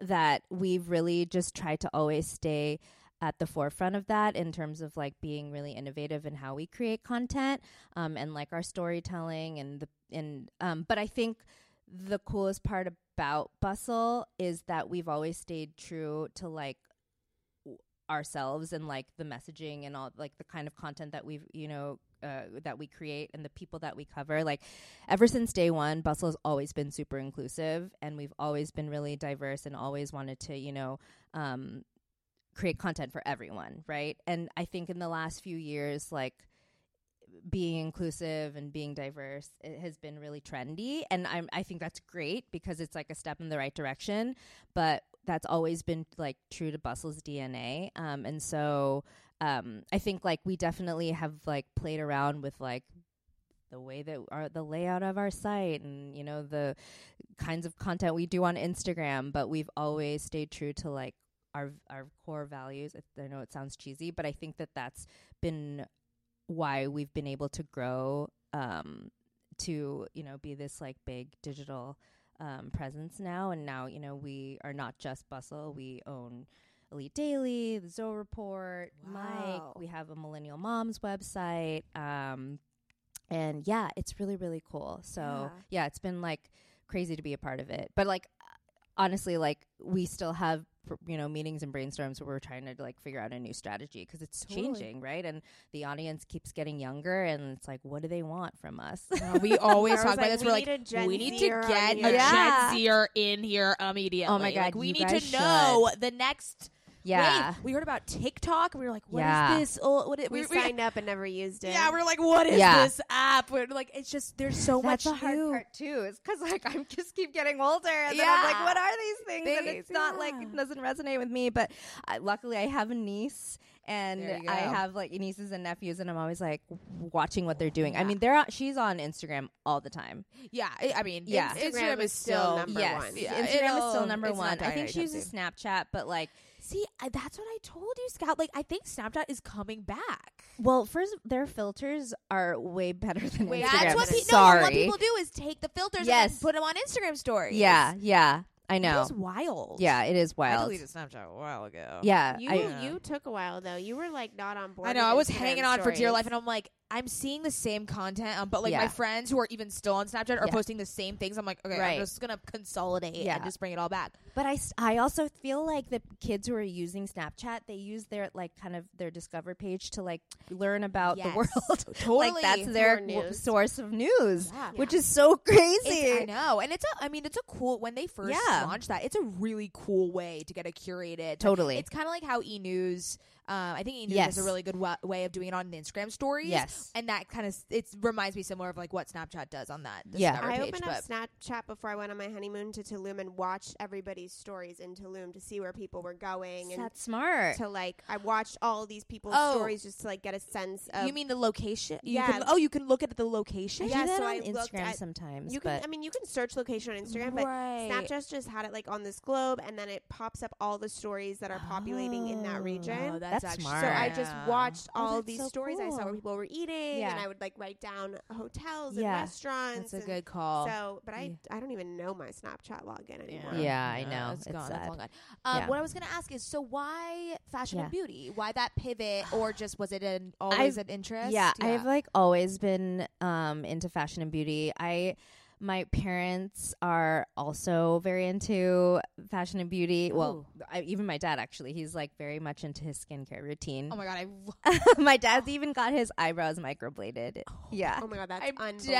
S4: that we've really just tried to always stay at the forefront of that in terms of like being really innovative in how we create content um, and like our storytelling and the and um, but I think the coolest part about Bustle is that we've always stayed true to like w- ourselves and like the messaging and all like the kind of content that we've you know uh, that we create and the people that we cover like ever since day one bustle has always been super inclusive and we've always been really diverse and always wanted to you know um, create content for everyone right and i think in the last few years like being inclusive and being diverse it has been really trendy and I'm, i think that's great because it's like a step in the right direction but that's always been like true to bustle's dna um, and so um, i think like we definitely have like played around with like the way that our the layout of our site and you know the kinds of content we do on instagram but we've always stayed true to like our our core values i know it sounds cheesy but i think that that's been why we've been able to grow um, to you know be this like big digital um, presence now and now you know we are not just bustle we own elite daily the zoe report
S2: Wow.
S4: mike we have a millennial moms website um, and yeah it's really really cool so
S1: Yeah.
S4: yeah it's been like crazy to be a part of it but like honestly like we still have pr- you know meetings and brainstorms where we're trying to like figure out a new strategy because it's
S2: Totally.
S4: changing right and the audience keeps getting younger and it's like what do they want from us [laughs]
S3: we always
S1: I
S3: talk
S1: was
S3: about this. We're like,
S1: need a Gen
S3: we need
S1: Zer
S3: to get
S1: on
S3: a
S1: here.
S4: Yeah.
S3: Gen Zer in here immediately.
S4: Oh my God,
S3: Like, we
S4: you
S3: need to
S4: guys
S3: know the next.
S4: yeah
S2: Wait, we heard about TikTok. We were like, "What is
S4: Yeah.
S2: this? Oh, what it,
S1: we,
S2: we- we-
S1: signed up and never used it
S2: yeah, we're like, what is
S4: Yeah.
S2: this app? We're like, it's just there's so
S4: that's the
S2: much
S4: hard
S2: new.
S4: part too is because like i'm just keep getting older and then i'm
S2: Yeah.
S4: like what are these things and
S2: Things,
S4: it's not like it doesn't resonate with me but I, luckily i have a niece and
S3: There you
S4: i
S3: go.
S4: have like nieces and nephews and i'm always like watching what they're doing i mean they're on, she's on instagram all the time
S3: Yeah, I I mean,
S4: Yeah.
S3: Instagram,
S1: Instagram
S3: is
S1: is still
S3: still
S1: number
S4: yes
S1: one.
S3: Yeah,
S4: instagram is
S3: it'll-
S4: still number
S3: it's not
S4: one i
S3: dying
S4: think she
S3: anytime soon.
S4: uses snapchat but like
S2: See, I, that's what I told you, Scout. Like, I think Snapchat is coming back.
S4: Well, first, their filters are way better than
S1: Way
S4: Instagram.
S1: better.
S2: That's what, pe-
S4: Sorry.
S2: No, what people do is take the filters and
S4: Yes.
S2: then put them on Instagram stories.
S4: yeah, yeah, I know.
S2: It's wild.
S4: yeah, it is
S3: I
S4: wild.
S3: deleted Snapchat a while ago.
S4: Yeah,
S1: you
S4: I,
S1: you took a while though you were like not on board
S3: Uh, I know. I was hanging on for dear life,
S1: And
S3: and I'm like, I'm seeing the same content, um, but like my
S4: Yeah.
S3: friends who are even still on Snapchat are
S4: Yeah.
S3: posting the same things. I'm like, okay,
S4: Right.
S3: I'm just gonna consolidate
S4: Yeah.
S3: and just bring it all back.
S4: but I, s- I also feel like the kids who are using Snapchat, they use their like kind of their discover page to like learn about the
S3: Yes.
S4: world. [laughs]
S3: Totally.
S4: like that's their
S1: More
S4: w-
S1: news.
S4: source of news,
S3: Yeah.
S4: which is so crazy.
S3: It's- I know, and it's a. I mean, it's a cool when they first
S4: Yeah.
S3: launched that. It's a really cool way to get a curated.
S4: Totally.
S3: it's kind of like how E News
S2: Um, I think Inu
S4: Yes.
S2: does a really good wa- way of doing it on Instagram stories.
S3: Yes.
S2: and that kind of it reminds me similar of like what Snapchat does on that.
S3: Yeah.
S2: Discover
S1: I
S2: page,
S1: opened
S2: but-
S1: up Snapchat before I went on my honeymoon to Tulum and watched everybody's stories in Tulum to see where people were going and
S4: That's smart.
S1: to like I watched all these people's
S2: Oh.
S1: stories just to like get a sense of
S2: you mean the location? You
S1: Yeah.
S2: Can, oh, you can look at the location.
S1: Yeah,
S4: do that
S1: so
S4: on
S1: I looked
S4: Instagram
S1: at-
S4: sometimes.
S1: you
S4: but
S1: can I mean you can search location on Instagram but
S2: Right.
S1: Snapchat just had it like on this globe and then it pops up all the stories that are populating in that
S4: Oh.
S1: region.
S2: Oh,
S4: That's
S2: actually-
S4: smart.
S1: so I just watched
S4: Oh,
S1: all
S4: that's
S1: these
S4: so
S1: stories I saw where
S4: cool.
S1: people were eating,
S4: Yeah.
S1: and I would like write down hotels
S4: Yeah.
S1: and restaurants.
S2: That's a
S1: and
S2: good call.
S1: So, but I I don't even know my Snapchat login anymore.
S4: Yeah, I know.
S2: It's
S4: It's
S2: gone. It's
S4: sad.
S2: long gone. Um,
S4: Yeah.
S2: What I was going to ask is, so why fashion and beauty? Why that pivot,
S4: [sighs]
S2: or just was it an always an interest?
S4: Yeah, I've like always been um into fashion and beauty. I my parents are also very into fashion and beauty. Well, I, even my dad actually, he's like very much into his skincare routine.
S2: Oh my god, I
S4: my dad's even got his eyebrows microbladed. yeah.
S1: Oh my god, that's
S2: I'm
S1: unbelievable.
S2: dead.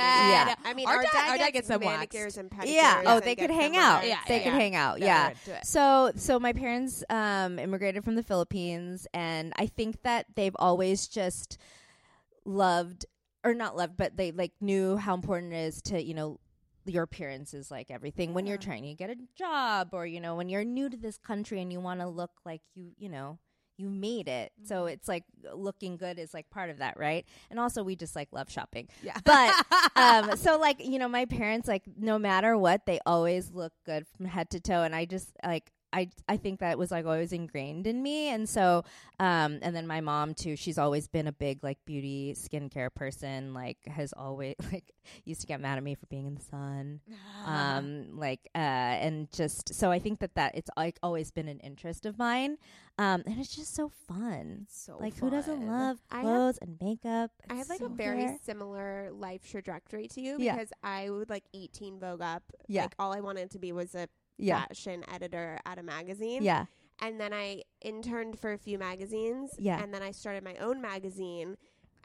S4: Yeah.
S1: I mean,
S2: Our
S1: our,
S2: dad-
S1: dad,
S2: our dad gets
S1: gets,
S2: them
S1: manicures and pedicures.
S4: Yeah. Oh,
S1: and
S4: they could
S1: gets
S4: hang
S1: them
S4: out.
S1: waxed.
S2: Yeah,
S4: they could
S2: yeah.
S4: hang out.
S2: No,
S4: [laughs] yeah.
S2: we're into it.
S4: So so my parents um immigrated from the Philippines and I think that they've always just loved or not loved but they like knew how important it is to, you know, your appearance is like everything when you're trying to get a job or you know when you're new to this country and you want to look like you, you know, you made it. So it's like looking good is like part of that, right? And also we just like love shopping.
S2: Yeah.
S4: But
S2: [laughs]
S4: um so like, you know, my parents like no matter what, they always look good from head to toe and I just like I I think that was like always ingrained in me and so um and then my mom too, she's always been a big like beauty skincare person, like has always [laughs] like used to get mad at me for being in the sun
S1: Uh-huh.
S4: um like uh and just so i think that that it's like always been an interest of mine um and it's just so fun
S2: so
S4: like who doesn't love
S1: I have-
S4: clothes and makeup
S1: I have like a
S4: So
S1: very
S4: fair.
S1: similar life trajectory to you
S4: Yeah.
S1: because I would like 18 Vogue up.
S4: Yeah.
S1: Like all I wanted to be was a
S4: yeah
S1: fashion editor at a magazine.
S4: yeah
S1: and then I interned for a few magazines.
S4: Yeah.
S1: And then I started my own magazine.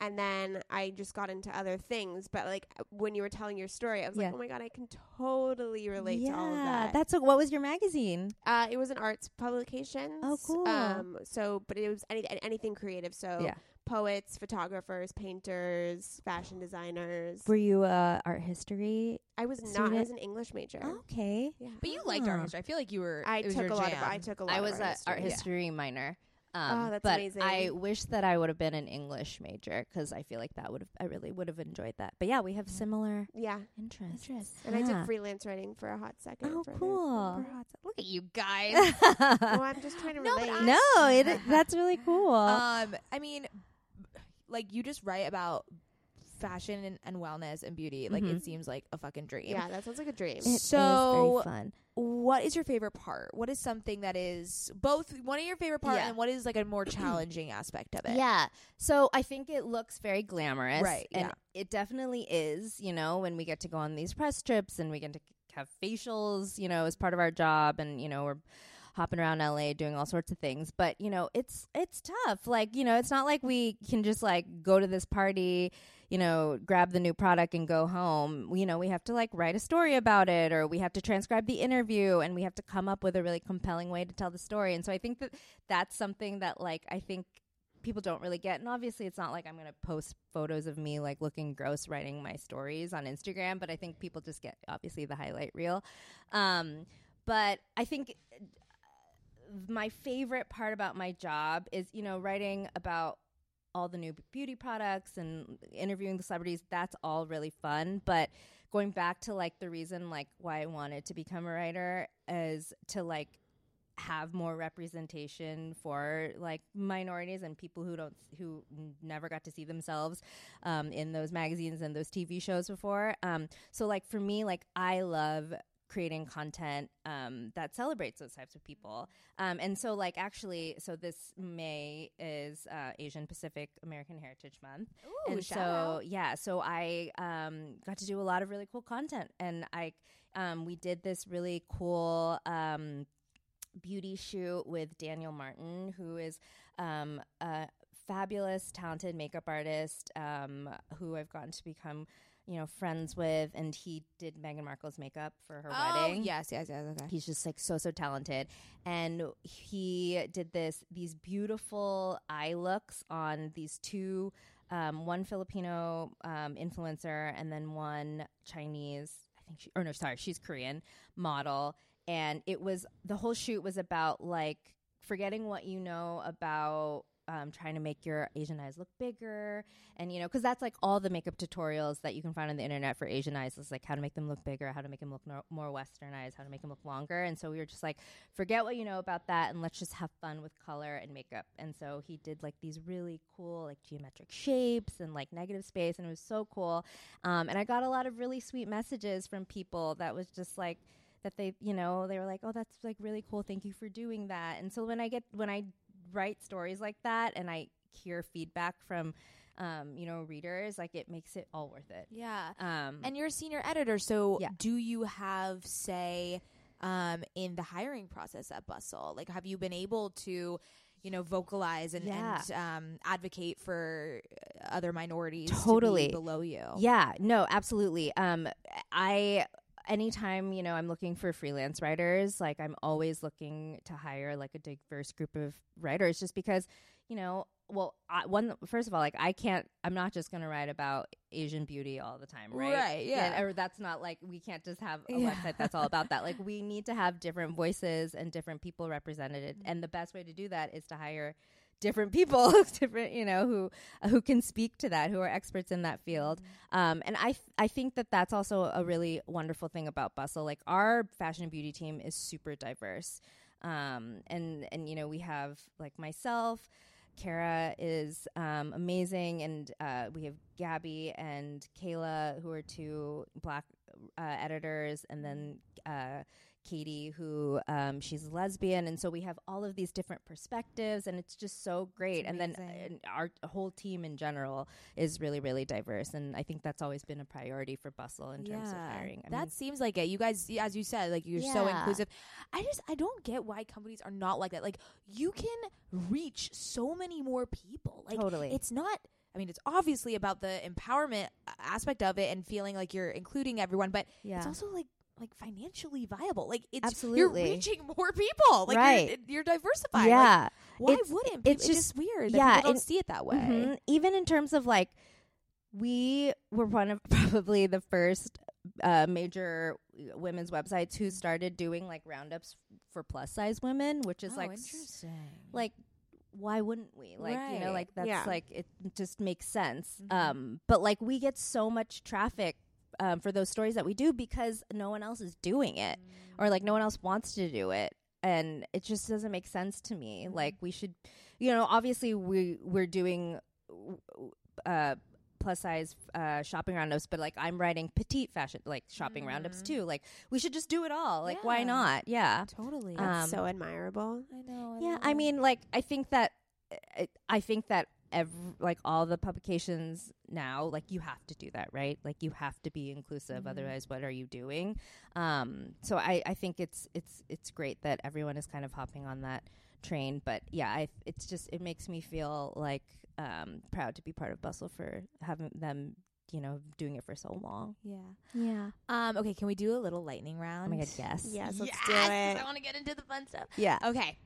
S1: And then I just got into other things. But like when you were telling your story, I was
S4: Yeah.
S1: like, oh my God, I can totally relate
S4: yeah
S1: to all of that.
S4: that's a, what was your magazine
S1: uh, it was an arts publication.
S4: Oh, cool.
S1: Um, so, but it was any, anything creative. So
S4: Yeah.
S1: poets, photographers, painters, fashion designers.
S4: were you uh art history
S1: I was not,
S4: student- Oh.
S1: I was an English major.
S4: okay
S1: Yeah.
S2: But you liked art
S4: Huh.
S2: history. I feel like you were.
S1: I
S2: it was
S1: took
S2: your
S1: a lot
S2: jam.
S1: of, I took a lot
S4: I
S1: of
S4: was an art history minor. Um,
S1: Oh, that's
S4: but
S1: amazing.
S4: I wish that I would have been an English major because I feel like that would have I really would have enjoyed that. But yeah, we have similar
S1: Yeah.
S4: interests.
S1: And I
S4: Yeah.
S1: did freelance writing for a hot second.
S4: Oh,
S1: for the-
S4: cool.
S1: for a
S4: [laughs]
S1: hot
S2: Look at you guys.
S1: well, I'm just trying to relate.
S4: no, it, that's really cool.
S2: um, I mean, like you just write about fashion and, and wellness and beauty. Like
S4: Mm-hmm.
S2: it seems like a fucking dream.
S1: yeah, that sounds like a dream.
S4: It is
S2: so-
S4: very fun.
S2: what is your favorite part? What is something that is both one of your favorite part
S4: Yeah.
S2: and what is like a [clears throat] more challenging aspect of it?
S4: Yeah. So I think it looks very glamorous.
S2: Right,
S4: And
S2: yeah.
S4: it definitely is, you know, when we get to go on these press trips and we get to have facials, you know, as part of our job and, you know, we're hopping around LA doing all sorts of things. But, you know, it's it's tough. Like, you know, it's not like we can just like go to this party, you know, grab the new product and go home. We- You know, we have to like write a story about it or we have to transcribe the interview and we have to come up with a really compelling way to tell the story. And so I think that that's something that like I think people don't really get and obviously it's not like i'm going to post photos of me like looking gross writing my stories on instagram but i think people just get obviously the highlight reel um, but i think uh, my favorite part about my job is you know writing about all the new beauty products and interviewing the celebrities that's all really fun but going back to like the reason like why i wanted to become a writer is to like have more representation for like minorities and people who don't who n- never got to see themselves um, in those magazines and those TV shows before. Um, so like for me, like I love creating content um, that celebrates those types of people. Um, and so like actually, so this May is uh, Asian Pacific American Heritage Month,
S2: Ooh,
S4: and
S2: shout
S4: so
S2: out.
S4: yeah, so I um, got to do a lot of really cool content, and I um, we did this really cool. Um, beauty shoot with Daniel Martin, who is um, a fabulous, talented makeup artist um, who I've gotten to become, you know, friends with, and he did Meghan Markle's makeup for her
S2: Oh,
S4: wedding.
S2: yes, yes, yes. Okay.
S4: He's just like so so talented, and he did this these beautiful eye looks on these two, um, one Filipino um, influencer and then one Chinese. I think she or no, sorry, she's Korean model, and it was the whole shoot was about like forgetting what you know about. Um, trying to make your Asian eyes look bigger, and you know, because that's like all the makeup tutorials that you can find on the internet for Asian eyes is like how to make them look bigger, how to make them look nor- more westernized, how to make them look longer. And so we were just like, forget what you know about that, and let's just have fun with color and makeup. And so he did like these really cool like geometric shapes and like negative space, and it was so cool. Um, and I got a lot of really sweet messages from people that was just like that they you know they were like oh that's like really cool thank you for doing that and so when i get when i write stories like that and i hear feedback from um, you know readers like it makes it all worth it
S2: Yeah.
S4: um
S2: And you're a senior editor, so
S4: Yeah.
S2: do you have say um, in the hiring process at Bustle? Like, have you been able to, you know, vocalize and,
S4: Yeah.
S2: and um, advocate for uh, other minorities to be
S4: Totally.
S2: below you?
S4: Yeah, no, absolutely. Um, I anytime you know I'm looking for freelance writers, like I'm always looking to hire like a diverse group of writers, just because you know. Well, I, one first of all, like I can't. I'm not just going to write about Asian beauty all the time, right?
S2: Right, yeah.
S4: And- or that's not like we can't just have a
S2: Yeah.
S4: website that's all about that. Like we need to have different voices and different people represented,
S2: Mm-hmm.
S4: and the best way to do that is to hire different people, [laughs] different you know who who can speak to that, who are experts in that field. Um, and I I think that that's also a really wonderful thing about Bustle. Like our fashion and beauty team is super diverse, um, and and you know we have like myself. Kara is um, amazing, and uh, we have Gabby and Kayla, who are two black uh, editors, and then uh, Katie, who um, she's lesbian, and so we have all of these different perspectives, and it's just so great. And then uh, and our whole team in general is really, really diverse, and I think that's always been a priority for Bustle in terms of hiring. I
S2: that
S4: mean,
S2: seems like it. You guys, as you said, like you're so
S4: Yeah.
S2: inclusive. I just I don't get why companies are not like that. Like you can reach so many more people. Like
S4: Totally.
S2: it's not. I mean, it's obviously about the empowerment uh, aspect of it and feeling like you're including everyone, but it's
S4: Yeah.
S2: also like like financially viable. Like it's
S4: Absolutely.
S2: you're reaching more people. Like you're,
S4: Right.
S2: you're diversifying. Like,
S4: yeah,
S2: why
S4: It's-
S2: wouldn't? It's
S4: it's
S2: just,
S4: just-
S2: weird. That
S4: yeah,
S2: people don't
S4: and-
S2: see it that way.
S4: Mhm. Even in terms of like, we were one of [laughs] probably the first uh, major women's websites who started doing like roundups for plus size women, which is
S2: Oh,
S4: like s-
S2: interesting.
S4: like why wouldn't we like you
S2: Right. Mm-hmm.
S4: know like that's
S1: Yeah.
S4: like it just makes sense um but like we get so much traffic um, for those stories that we do because no one else is doing it
S2: Mm.
S4: or like no one else wants to do it and it just doesn't make sense to me
S2: Mm-hmm.
S4: like we should you know obviously we we're doing uh plus size uh shopping roundups but like i'm writing petite fashion like shopping roundups too like we should just do it all like why
S2: Mm-hmm. Yeah.
S4: not yeah
S2: totally.
S1: That's
S4: Um,
S1: so admirable.
S2: I know.
S4: yeah, I mean, like I think that I- I think that every, like all the publications now, like you have to do that, right? Like you have to be inclusive, otherwise, what are you doing? Um, so I, I think it's it's it's great that everyone is kind of hopping on that train, but yeah, I, it's just it makes me feel like um, proud to be part of Bustle for having them, you know, doing it for so long.
S2: Yeah. Yeah. Um, okay, can we do a little lightning round?
S4: Oh my god, yes,
S1: Yes, let's
S2: Yes,
S1: do it.
S2: want to get into the fun stuff.
S4: yeah.
S2: Okay.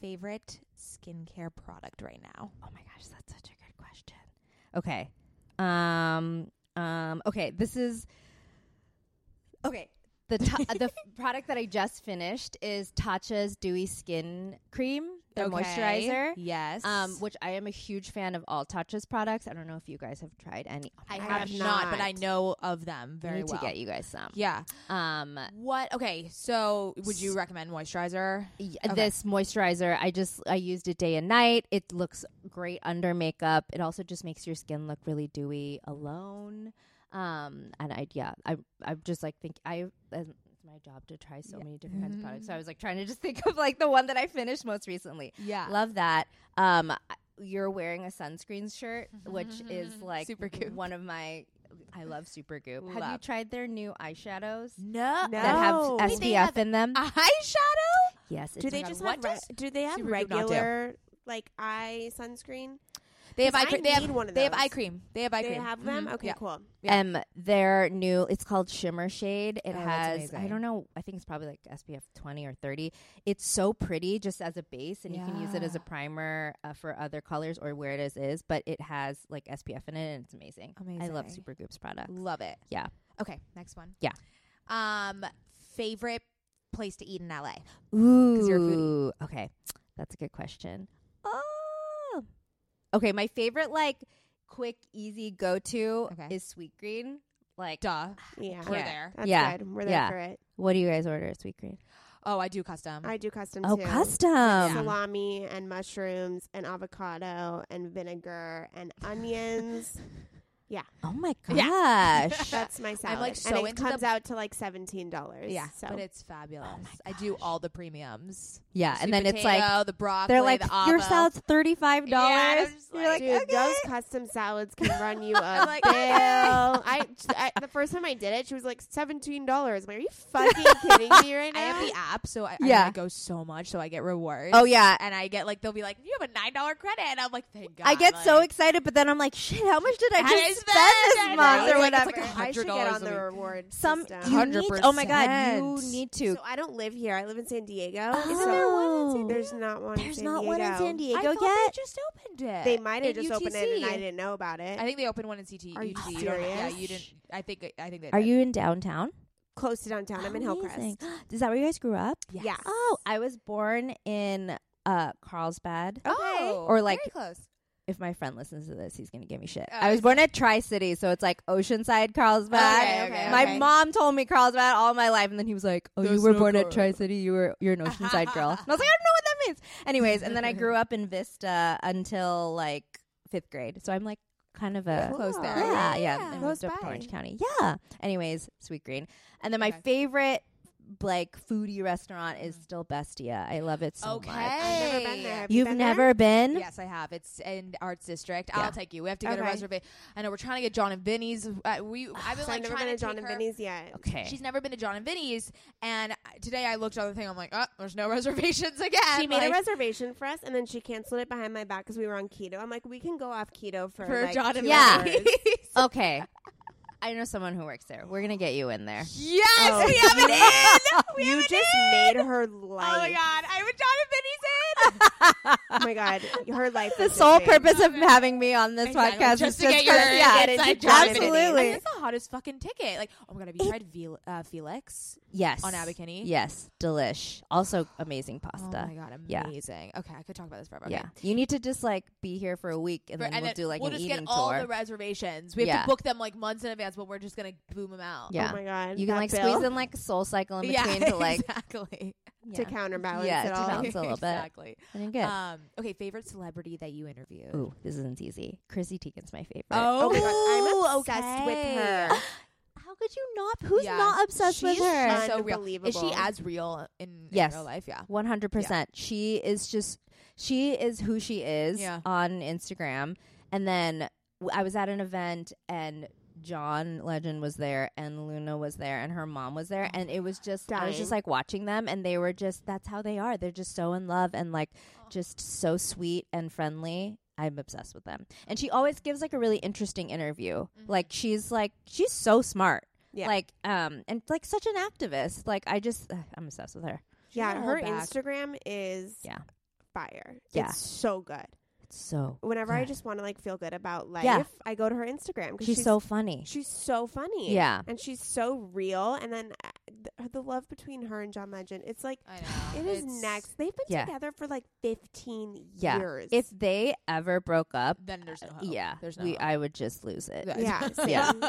S2: Favorite skincare product right now?
S4: Oh my gosh, that's such a good question. Okay. Um um okay, this is Okay. The ta-
S2: [laughs]
S4: the f- product that I just finished is Tatcha's Dewy Skin Cream, their
S2: Okay.
S4: moisturizer.
S2: Yes.
S4: Um, which I am a huge fan of all Tatcha's products. I don't know if you guys have tried any. Oh my
S2: I
S4: God,
S2: have
S1: have
S2: not, but
S1: not.
S2: I know of them
S4: I
S2: very
S4: need
S2: well.
S4: to get you guys some.
S2: Yeah.
S4: Um,
S2: What? Okay. So, would you recommend moisturizer?
S4: y-
S2: Okay.
S4: this moisturizer i just i used it day and night it looks great under makeup it also just makes your skin look really dewy alone um and i yeah i i'm just like think i it's my job to try so many different kinds of products so i was like trying to just think of like the one that i finished most recently
S2: Yeah.
S4: love that um I- you're wearing a sunscreen shirt which [laughs] is like
S2: Super Goop.
S4: one of my i love super goop have you
S2: Love.
S4: tried their new eyeshadows Ah,
S2: No.
S1: No.
S4: that have
S1: Oh.
S4: spf
S2: Wait, they have
S4: in them
S2: Eyeshadow?
S4: yes
S1: Do
S4: it's-
S1: they
S4: oh my God,
S1: just
S4: what
S1: have re-
S4: does-
S1: do they have
S2: Super Goop not do.
S1: regular like eye sunscreen?
S2: They have
S1: 'Cause
S2: eye
S1: I
S2: cream. They have
S1: need one of
S2: They have
S1: those.
S2: eye cream. They have eye
S1: they
S2: cream.
S1: have them.
S4: Mm-hmm.
S2: Mhm.
S1: Okay,
S2: Yeah.
S1: cool.
S2: Yeah.
S4: Um, their new it's called Shimmer Shade. It
S2: Oh, that's
S4: has I
S2: amazing.
S4: don't know, I think it's probably like SPF 20 or 30. It's so pretty just as a base and you can use it as a primer uh, for other colors or where it is is, but it has like SPF in it and it's amazing. I love
S2: Amazing.
S4: Supergroup's products.
S2: Love it.
S4: Yeah.
S5: Okay, next one.
S4: Yeah.
S5: Um, favorite place to eat in LA.
S4: Ooh.
S5: you're a
S4: Okay. That's a good question. Oh. Okay, my favorite like quick easy go-to
S5: Okay.
S4: is Sweet Green. Like
S2: Duh.
S1: Yeah,
S2: We're
S4: Yeah.
S2: there.
S1: that's
S4: Yeah.
S1: good. We're there
S4: Yeah.
S1: for it.
S4: what do you guys order at Sweet Green?
S2: Oh, I do custom.
S1: I do custom
S4: Oh,
S1: too.
S4: custom.
S1: salami and mushrooms and avocado and vinegar and onions.
S4: Oh my
S2: Yeah. [laughs]
S4: gosh.
S1: That's my salad.
S2: like, so
S1: and it
S2: into
S1: comes
S2: the-
S1: out to like seventeen dollars.
S2: yeah,
S1: so
S2: but it's fabulous.
S4: Oh
S2: I do all the premiums.
S4: yeah,
S2: Sweet
S4: Uh, and then it's like
S2: potato, the broccoli,
S4: they're like
S2: the avo.
S4: your salad's thirty five
S2: Yeah, and
S4: dollars.
S2: I'm just
S4: You're like,
S1: Dude,
S4: okay.
S1: those custom salads can run you a
S2: I'm like,
S1: bill.
S2: okay.
S1: I, I- the first time I did it, she was like seventeen dollars. Like, are you fucking kidding me right
S2: I
S1: now? [laughs]
S2: have the app, so I,
S4: Yeah.
S2: I go so much, so I get rewards.
S4: oh yeah.
S2: and I get like they'll be like, "You have a nine dollar credit." And I'm like, "Thank God!"
S4: I get so
S2: like,
S4: excited, but then I'm like, shit, how much did I
S2: How did
S4: just
S2: I
S4: spend
S2: spend?
S4: this
S2: I
S4: month
S2: know,
S4: or
S2: it's like-
S4: whatever?
S2: it's like
S1: I should get on
S2: $100
S1: the
S2: a week.
S1: reward.
S4: Some
S1: system.
S4: you need, oh my god, you Oh.
S2: 100%.
S4: need to.
S1: So I don't live here. I live in San Diego.
S4: Isn't
S1: so
S4: there one in San Diego?
S1: There's not one.
S4: There's
S1: in San
S4: not
S1: Diego.
S4: one in San
S2: I
S4: Diego
S2: thought
S4: yet.
S2: they just opened it.
S1: They might have
S2: in
S1: just opened it, and I
S2: UTC.
S1: didn't know about it.
S2: I think they opened one in CT.
S1: Are you
S2: UTC. don't- Yeah,
S1: serious?
S2: you didn't. I think. I think they.
S4: Are
S2: did.
S4: you in downtown?
S1: Close to downtown. I'm in
S4: Amazing. [gasps]
S1: Hillcrest.
S4: Is that where you guys grew up?
S2: Yes.
S1: Yeah.
S4: Oh, I was born in uh Carlsbad.
S2: Oh,
S4: Or, like-
S2: very close.
S4: if my friend listens to this, he's gonna give me shit.
S2: Oh,
S4: I was born at Tri City, so it's like Oceanside, Carlsbad.
S2: Okay, okay,
S4: my
S2: okay.
S4: mom told me Carlsbad all my life, and then he was like, "Oh, you
S2: There's
S4: were
S2: no
S4: born at
S2: girl."
S4: Tri City. You were you're an Oceanside girl." And I was like, "I don't know what that means." Anyways, and then I grew up in Vista until like fifth grade, so I'm like kind of a
S2: Close there.
S4: yeah, yeah.
S1: Yeah.
S4: I
S1: Close
S4: moved up to
S1: by.
S4: Orange County. Yeah. Anyways, Sweet Green, and then my
S2: Okay.
S4: favorite like foodie restaurant is still Bestia. I love it so
S2: okay.
S4: much.
S1: I've never been there. Have you
S4: You've
S1: been there?
S4: never been?
S2: Yes, I have. It's in Arts District.
S4: Yeah.
S2: I'll take you. We have to get
S1: Okay.
S2: a reservation. I know we're trying to get John and Vinny's. Uh, we I've been
S1: So
S2: like
S1: I've never been
S2: trying
S1: to
S2: to
S1: John
S2: take
S1: and
S2: her.
S1: Vinny's yet.
S4: Okay.
S2: She's never been to John and Vinny's, and today I looked on the thing. I'm like, oh, there's no [laughs] reservations again.
S1: She made a
S2: Like,
S1: reservation for us, and then she canceled it behind my back because we were on keto. I'm like, we can go off keto for,
S2: for
S1: like,
S2: John and
S1: two
S4: Yeah. [laughs]
S1: hours. [laughs]
S2: Vinny's.
S4: Okay. I know someone who works there. We're gonna get you in there.
S2: yes,
S1: Oh.
S2: we have it in. [laughs]
S1: you just made her life.
S2: Oh my god, I would
S4: [laughs]
S2: John and Vinny's in.
S1: Oh my god, her life.
S4: The
S1: is
S4: sole
S1: insane.
S4: purpose of having me on this
S2: Exactly.
S4: podcast
S2: just
S4: is
S2: to get
S4: just
S2: your
S4: 'cause- yeah,
S1: get
S2: it's
S1: into
S2: like
S1: John and
S2: John and
S1: Vinny's.
S2: Vinny's.
S4: Absolutely.
S2: Like, That's the hottest fucking ticket. Like, oh my god, have you tried Fel- uh, Felix
S4: yes
S2: on Abercrombie?
S4: Yes, delish. Also amazing
S2: Oh
S4: pasta.
S2: my god,
S4: Yeah.
S2: amazing. Okay, I could talk about this forever. Okay.
S4: Yeah, you need to just like be here for a week and
S2: For-
S4: then we'll do like
S2: we'll
S4: an
S2: just
S4: eating
S2: get all
S4: tour.
S2: the reservations. We have
S4: Yeah.
S2: to book them like months in advance, but we're just gonna boom them out.
S4: yeah,
S1: Oh my god,
S4: you can
S1: that
S4: like
S1: bill
S4: squeeze in like a soul cycle
S2: [laughs]
S4: in
S2: Yeah,
S4: between to like
S2: exactly.
S4: yeah.
S1: to counterbalance
S4: Yeah,
S1: it
S4: to
S1: all.
S4: balance. a little bit.
S2: Exactly.
S4: And you're good.
S2: Um, okay, favorite celebrity that you interviewed.
S4: Ooh, this isn't easy. Chrissy Teigen's my favorite.
S1: [laughs] Oh my
S2: Ooh,
S1: god, I'm obsessed
S2: okay.
S1: with
S4: Oh,
S1: her.
S4: how could you not? Who's
S2: Yeah.
S4: not obsessed with
S1: She's
S4: her?
S1: fun.
S2: So real. Is
S1: Unbelievable.
S2: she as real in, in
S4: Yes.
S2: real life? Yeah.
S4: One hundred percent. She is just she is who she is
S2: Yeah.
S4: on Instagram. And then w- I was at an event and John Legend was there and Luna was there and her mom was there and it was just I was
S1: Dying.
S4: just like watching them and they were just that's how they are. They're just so in love and like just so sweet and friendly. I'm obsessed with them. And she always gives like a really interesting interview. Like she's like she's so smart.
S1: Yeah.
S4: Like um and like such an activist. Like I just ugh, I'm obsessed with her.
S1: Yeah,
S2: doesn't
S1: her
S2: hold back.
S1: Instagram is
S4: Yeah.
S1: fire.
S4: Yeah.
S1: It's so good.
S4: It's so
S1: Whenever I
S4: Good.
S1: just want to like feel good about life,
S4: Yeah.
S1: I go to her Instagram because
S4: She's, so funny.
S1: she's so funny.
S4: Yeah.
S1: and she's so real. And then uh, th- the love between her and John Legend, it's like
S2: I know.
S1: it is
S2: It's-
S1: next. They've been
S4: Yeah.
S1: together for like fifteen
S4: Yeah.
S1: years.
S4: If they ever broke up,
S2: Then there's no hope.
S4: Uh, yeah,
S2: There's no
S4: we,
S2: hope.
S4: I would just lose it.
S2: Yeah.
S1: yeah,
S4: [laughs] Yeah.
S1: same.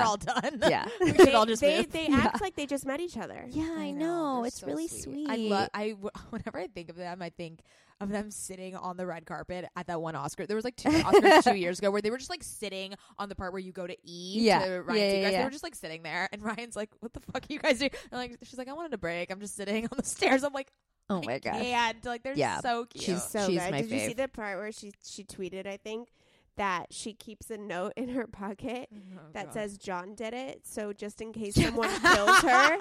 S2: [laughs] We're all done.
S4: Yeah. [laughs]
S2: we should
S1: [laughs]
S2: all
S1: They-
S2: just
S1: they
S2: move.
S1: they
S4: Yeah.
S1: act like they just met each other.
S4: Yeah, I, know.
S2: They're
S4: It's
S2: so
S4: really sweet.
S2: I love. I w- [laughs] whenever I think of them, I think of them sitting on the red carpet at that one Oscar. There was like two Oscars
S4: [laughs]
S2: two years ago where they were just like sitting on the part where you go to E
S4: Yeah.
S2: to Ryan
S4: Yeah, yeah,
S2: Seacrest.
S4: yeah.
S2: They were just like sitting there, and Ryan's like, "What the fuck are you guys doing?" And like, she's like, "I wanted a break. I'm just sitting [laughs] on the stairs." I'm like,
S4: oh
S2: "I
S4: my gosh.
S2: can't." Like they're
S4: Yeah.
S2: so cute.
S4: She's-
S1: so
S4: She's
S1: good.
S4: my
S1: Did you see
S4: fave.
S1: the part where she she tweeted? I think that she keeps a note in her [laughs] pocket
S4: Oh,
S1: that
S2: [laughs]
S1: says John did it. So just in
S4: [laughs]
S1: case someone kills
S2: [laughs]
S1: her,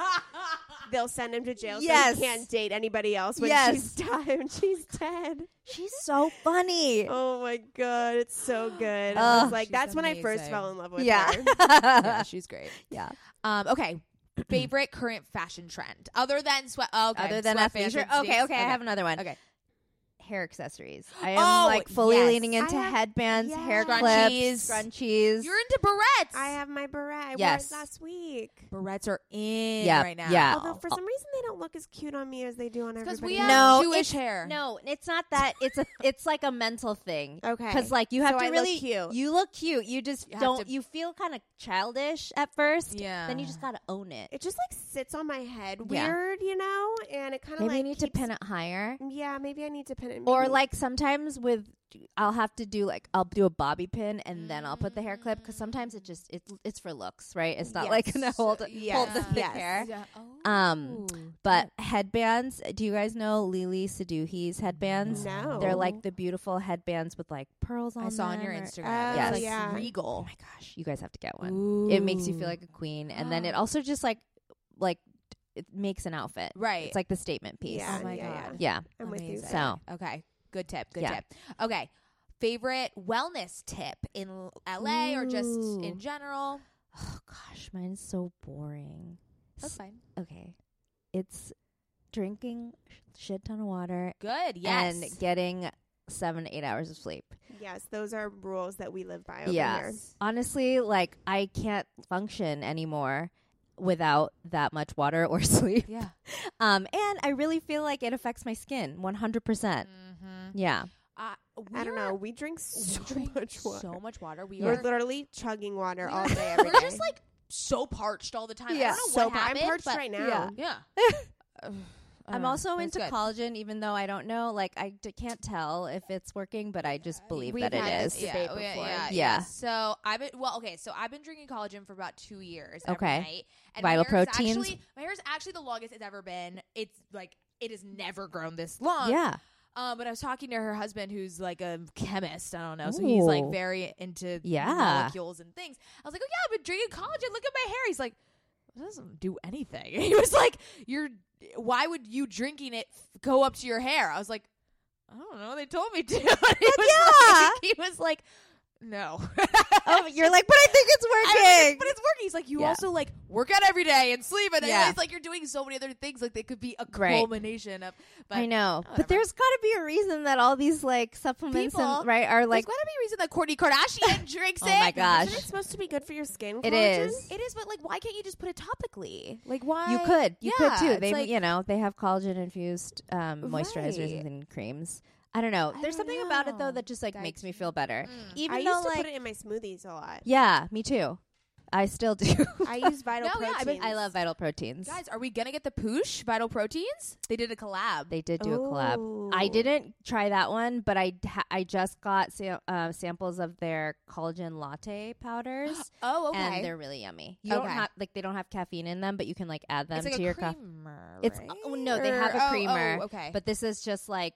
S1: they'll send him to jail.
S4: Yes.
S1: So he can't date anybody else when
S4: Yes. Oh
S1: she's [laughs] died. When
S4: [laughs]
S1: she's dead.
S4: She's so [laughs] funny.
S1: Oh my god, it's so good. I
S4: Ugh,
S1: was like,
S2: she's
S1: that's when I first
S2: amazing.
S1: fell in love with
S4: [laughs] yeah.
S1: her.
S2: yeah, she's great.
S4: Yeah.
S2: Um, okay. [clears throat] Favorite current fashion trend other than sweat. Oh, okay.
S4: Other than
S2: sweat
S4: athleisure. Okay,
S2: fashion
S4: okay,
S2: suits.
S4: I have another one.
S2: Okay.
S4: Hair accessories. I am
S2: Oh,
S4: like fully
S2: yes.
S4: leaning into
S1: I have-
S4: headbands, hair
S1: yes.
S4: clips, scrunchies.
S2: You're into barrettes.
S1: I have my beret. I
S4: Yes. Oh,
S1: wore it last week.
S2: barrettes are in
S4: Yeah,
S2: right now.
S4: yeah.
S1: Although for some reason they don't look as cute on me as they do on
S2: because
S1: everybody.
S2: we
S1: else.
S2: have
S4: No,
S2: Jewish
S4: it's-
S2: hair.
S4: no, it's not that. It's [laughs] a. It's like a mental thing.
S1: Okay.
S4: Because like you have
S1: So
S4: to
S1: I look
S4: really
S1: cute.
S4: You look cute. You just
S2: have
S4: don't.
S2: to-
S4: You feel kind of childish at first.
S2: Yeah.
S4: Then you just gotta own it.
S1: it just like sits on my head
S4: Yeah.
S1: weird, you know, and it kind of
S4: Maybe
S1: like Mm-hmm.
S4: you need to
S1: keeps-
S4: pin it higher.
S1: Yeah, maybe I need to pin it.
S4: Or
S1: Maybe-
S4: like sometimes with, I'll have to do like I'll do a bobby pin and then I'll put the hair clip because sometimes it just it's it's for looks, right? It's not like [laughs] gonna
S1: Yes.
S4: hold
S2: Uh,
S4: hold
S1: Yes.
S4: the thick
S1: Yes.
S4: hair.
S2: Yeah.
S4: Um, but headbands. Do you guys know Lily Seduhi's headbands?
S1: no,
S4: They're like the beautiful headbands with like pearls on
S2: I saw on your
S4: them or-
S2: Instagram.
S1: Oh,
S2: It's like
S1: yeah.
S2: regal.
S4: Oh my gosh, you guys have to get one. It makes you feel like a queen, and then it also just like like it makes an outfit.
S2: right.
S4: It's like the statement piece.
S1: Yeah,
S2: Oh my
S1: yeah,
S2: God.
S4: Yeah.
S1: I'm with you.
S2: Amazing.
S4: So
S2: Okay. Good tip. Good
S4: Yeah.
S2: tip. Okay. Favorite wellness tip in L- LA or just
S4: Ooh.
S2: in general?
S4: Oh gosh, mine's so boring. S-
S2: fine.
S4: Okay. It's drinking sh- shit ton of water
S2: Good. Yes.
S4: and getting 7 8 hours of sleep.
S1: Yes, those are rules that we live by over
S4: Yeah.
S1: here.
S4: Honestly, like I can't function anymore without that much water or [laughs] sleep.
S2: yeah.
S4: Um and I really feel like it affects my skin 100%. percent
S2: Mm-hmm.
S4: Yeah.
S1: I
S2: Uh,
S1: don't
S2: we are-
S1: know. We drink so
S2: we drink
S1: much water.
S2: So much water. We
S4: Yeah.
S1: We're
S2: are
S1: literally chugging water all day
S2: We're
S1: every day.
S2: just like so parched all the time. I don't
S4: Yeah.
S2: know
S1: so
S2: what happened.
S1: I'm parched
S2: but-
S1: right now.
S4: Yeah.
S2: Yeah. I don't
S4: [laughs] I'm
S2: know.
S4: also
S2: Uh, That's
S4: into
S2: good.
S4: collagen even though I don't know like I d- can't tell if it's working but I just believe
S1: We've
S4: that
S1: had
S4: it
S1: this
S4: is.
S1: Yeah. debate
S2: we-
S1: before.
S2: Yeah,
S4: Yeah.
S2: So I've been well, okay. So I've been drinking collagen for about two years.
S4: Okay.
S2: Every night, and my
S4: Vital
S2: hair is
S4: proteins.
S2: Actually, my hair is actually the longest it's ever been. It's like it has never grown this long. [laughs]
S4: Yeah.
S2: Um, but I was talking to her husband, who's like a chemist. I don't know, so he's like
S4: Ooh.
S2: very into
S4: Yeah.
S2: molecules and things. I was like, oh yeah, I've been drinking collagen. Look at my hair. He's like, it doesn't do anything. [laughs] He was like, you're. Why would you drinking it f- go up to your hair? I was like, I don't know. They told me to. [laughs] And he, was like, he was like, no. [laughs]
S4: Oh, you're like, but I think it's working.
S2: I was like, but it's working. He's like, you
S4: Yeah.
S2: also like work out every day and sleep, and
S4: Yeah.
S2: yeah. it's like you're doing so many other things. Like they could be a
S4: Right.
S2: culmination of. But
S4: I know,
S2: whatever.
S4: but there's got to be a reason that all these like supplements
S2: People-
S4: and right are like
S2: there's got to be a reason that Kourtney Kardashian drinks
S4: [laughs] Oh
S2: it.
S4: my gosh.
S1: Isn't it supposed to be good for your skin?
S4: It
S1: collagen?
S4: is.
S2: It is, but like, why can't you just put it topically? Like, why
S4: you could you
S2: Yeah,
S4: could too.
S2: it's
S4: They
S2: like-
S4: you know they have collagen infused um, moisturizers
S2: Right.
S4: and creams. I don't know.
S2: I
S4: There's
S2: don't
S4: something about it though
S2: know.
S4: that just like
S2: Diet-
S4: makes me feel better.
S2: Mm.
S4: Even
S1: I
S4: though
S1: used to
S4: like
S1: put it in my smoothies a lot.
S4: [laughs] yeah, me too. I still do.
S1: [laughs] I
S4: [laughs]
S1: use vital
S2: No, yeah,
S1: proteins.
S2: I mean,
S4: I love Vital Proteins.
S2: Guys, are we gonna get the poosh Vital Proteins? They did a collab.
S4: [gasps] They did do a collab. I
S1: Ooh. [laughs]
S4: didn't try that one, but I d- ha- I just got sam- uh, samples of their collagen latte powders.
S2: [gasps] [gasps]
S4: [gasps]
S2: oh,
S4: and they're really yummy. You don't
S2: Okay.
S4: have like they don't have caffeine in them, but you can like add them
S2: it's like
S4: to
S2: a
S4: your coffee.
S2: creamer.
S4: It's
S2: right?
S4: oh, no, they have
S2: Or-
S4: a
S2: oh,
S4: creamer,
S2: Oh, okay,
S4: but this is just like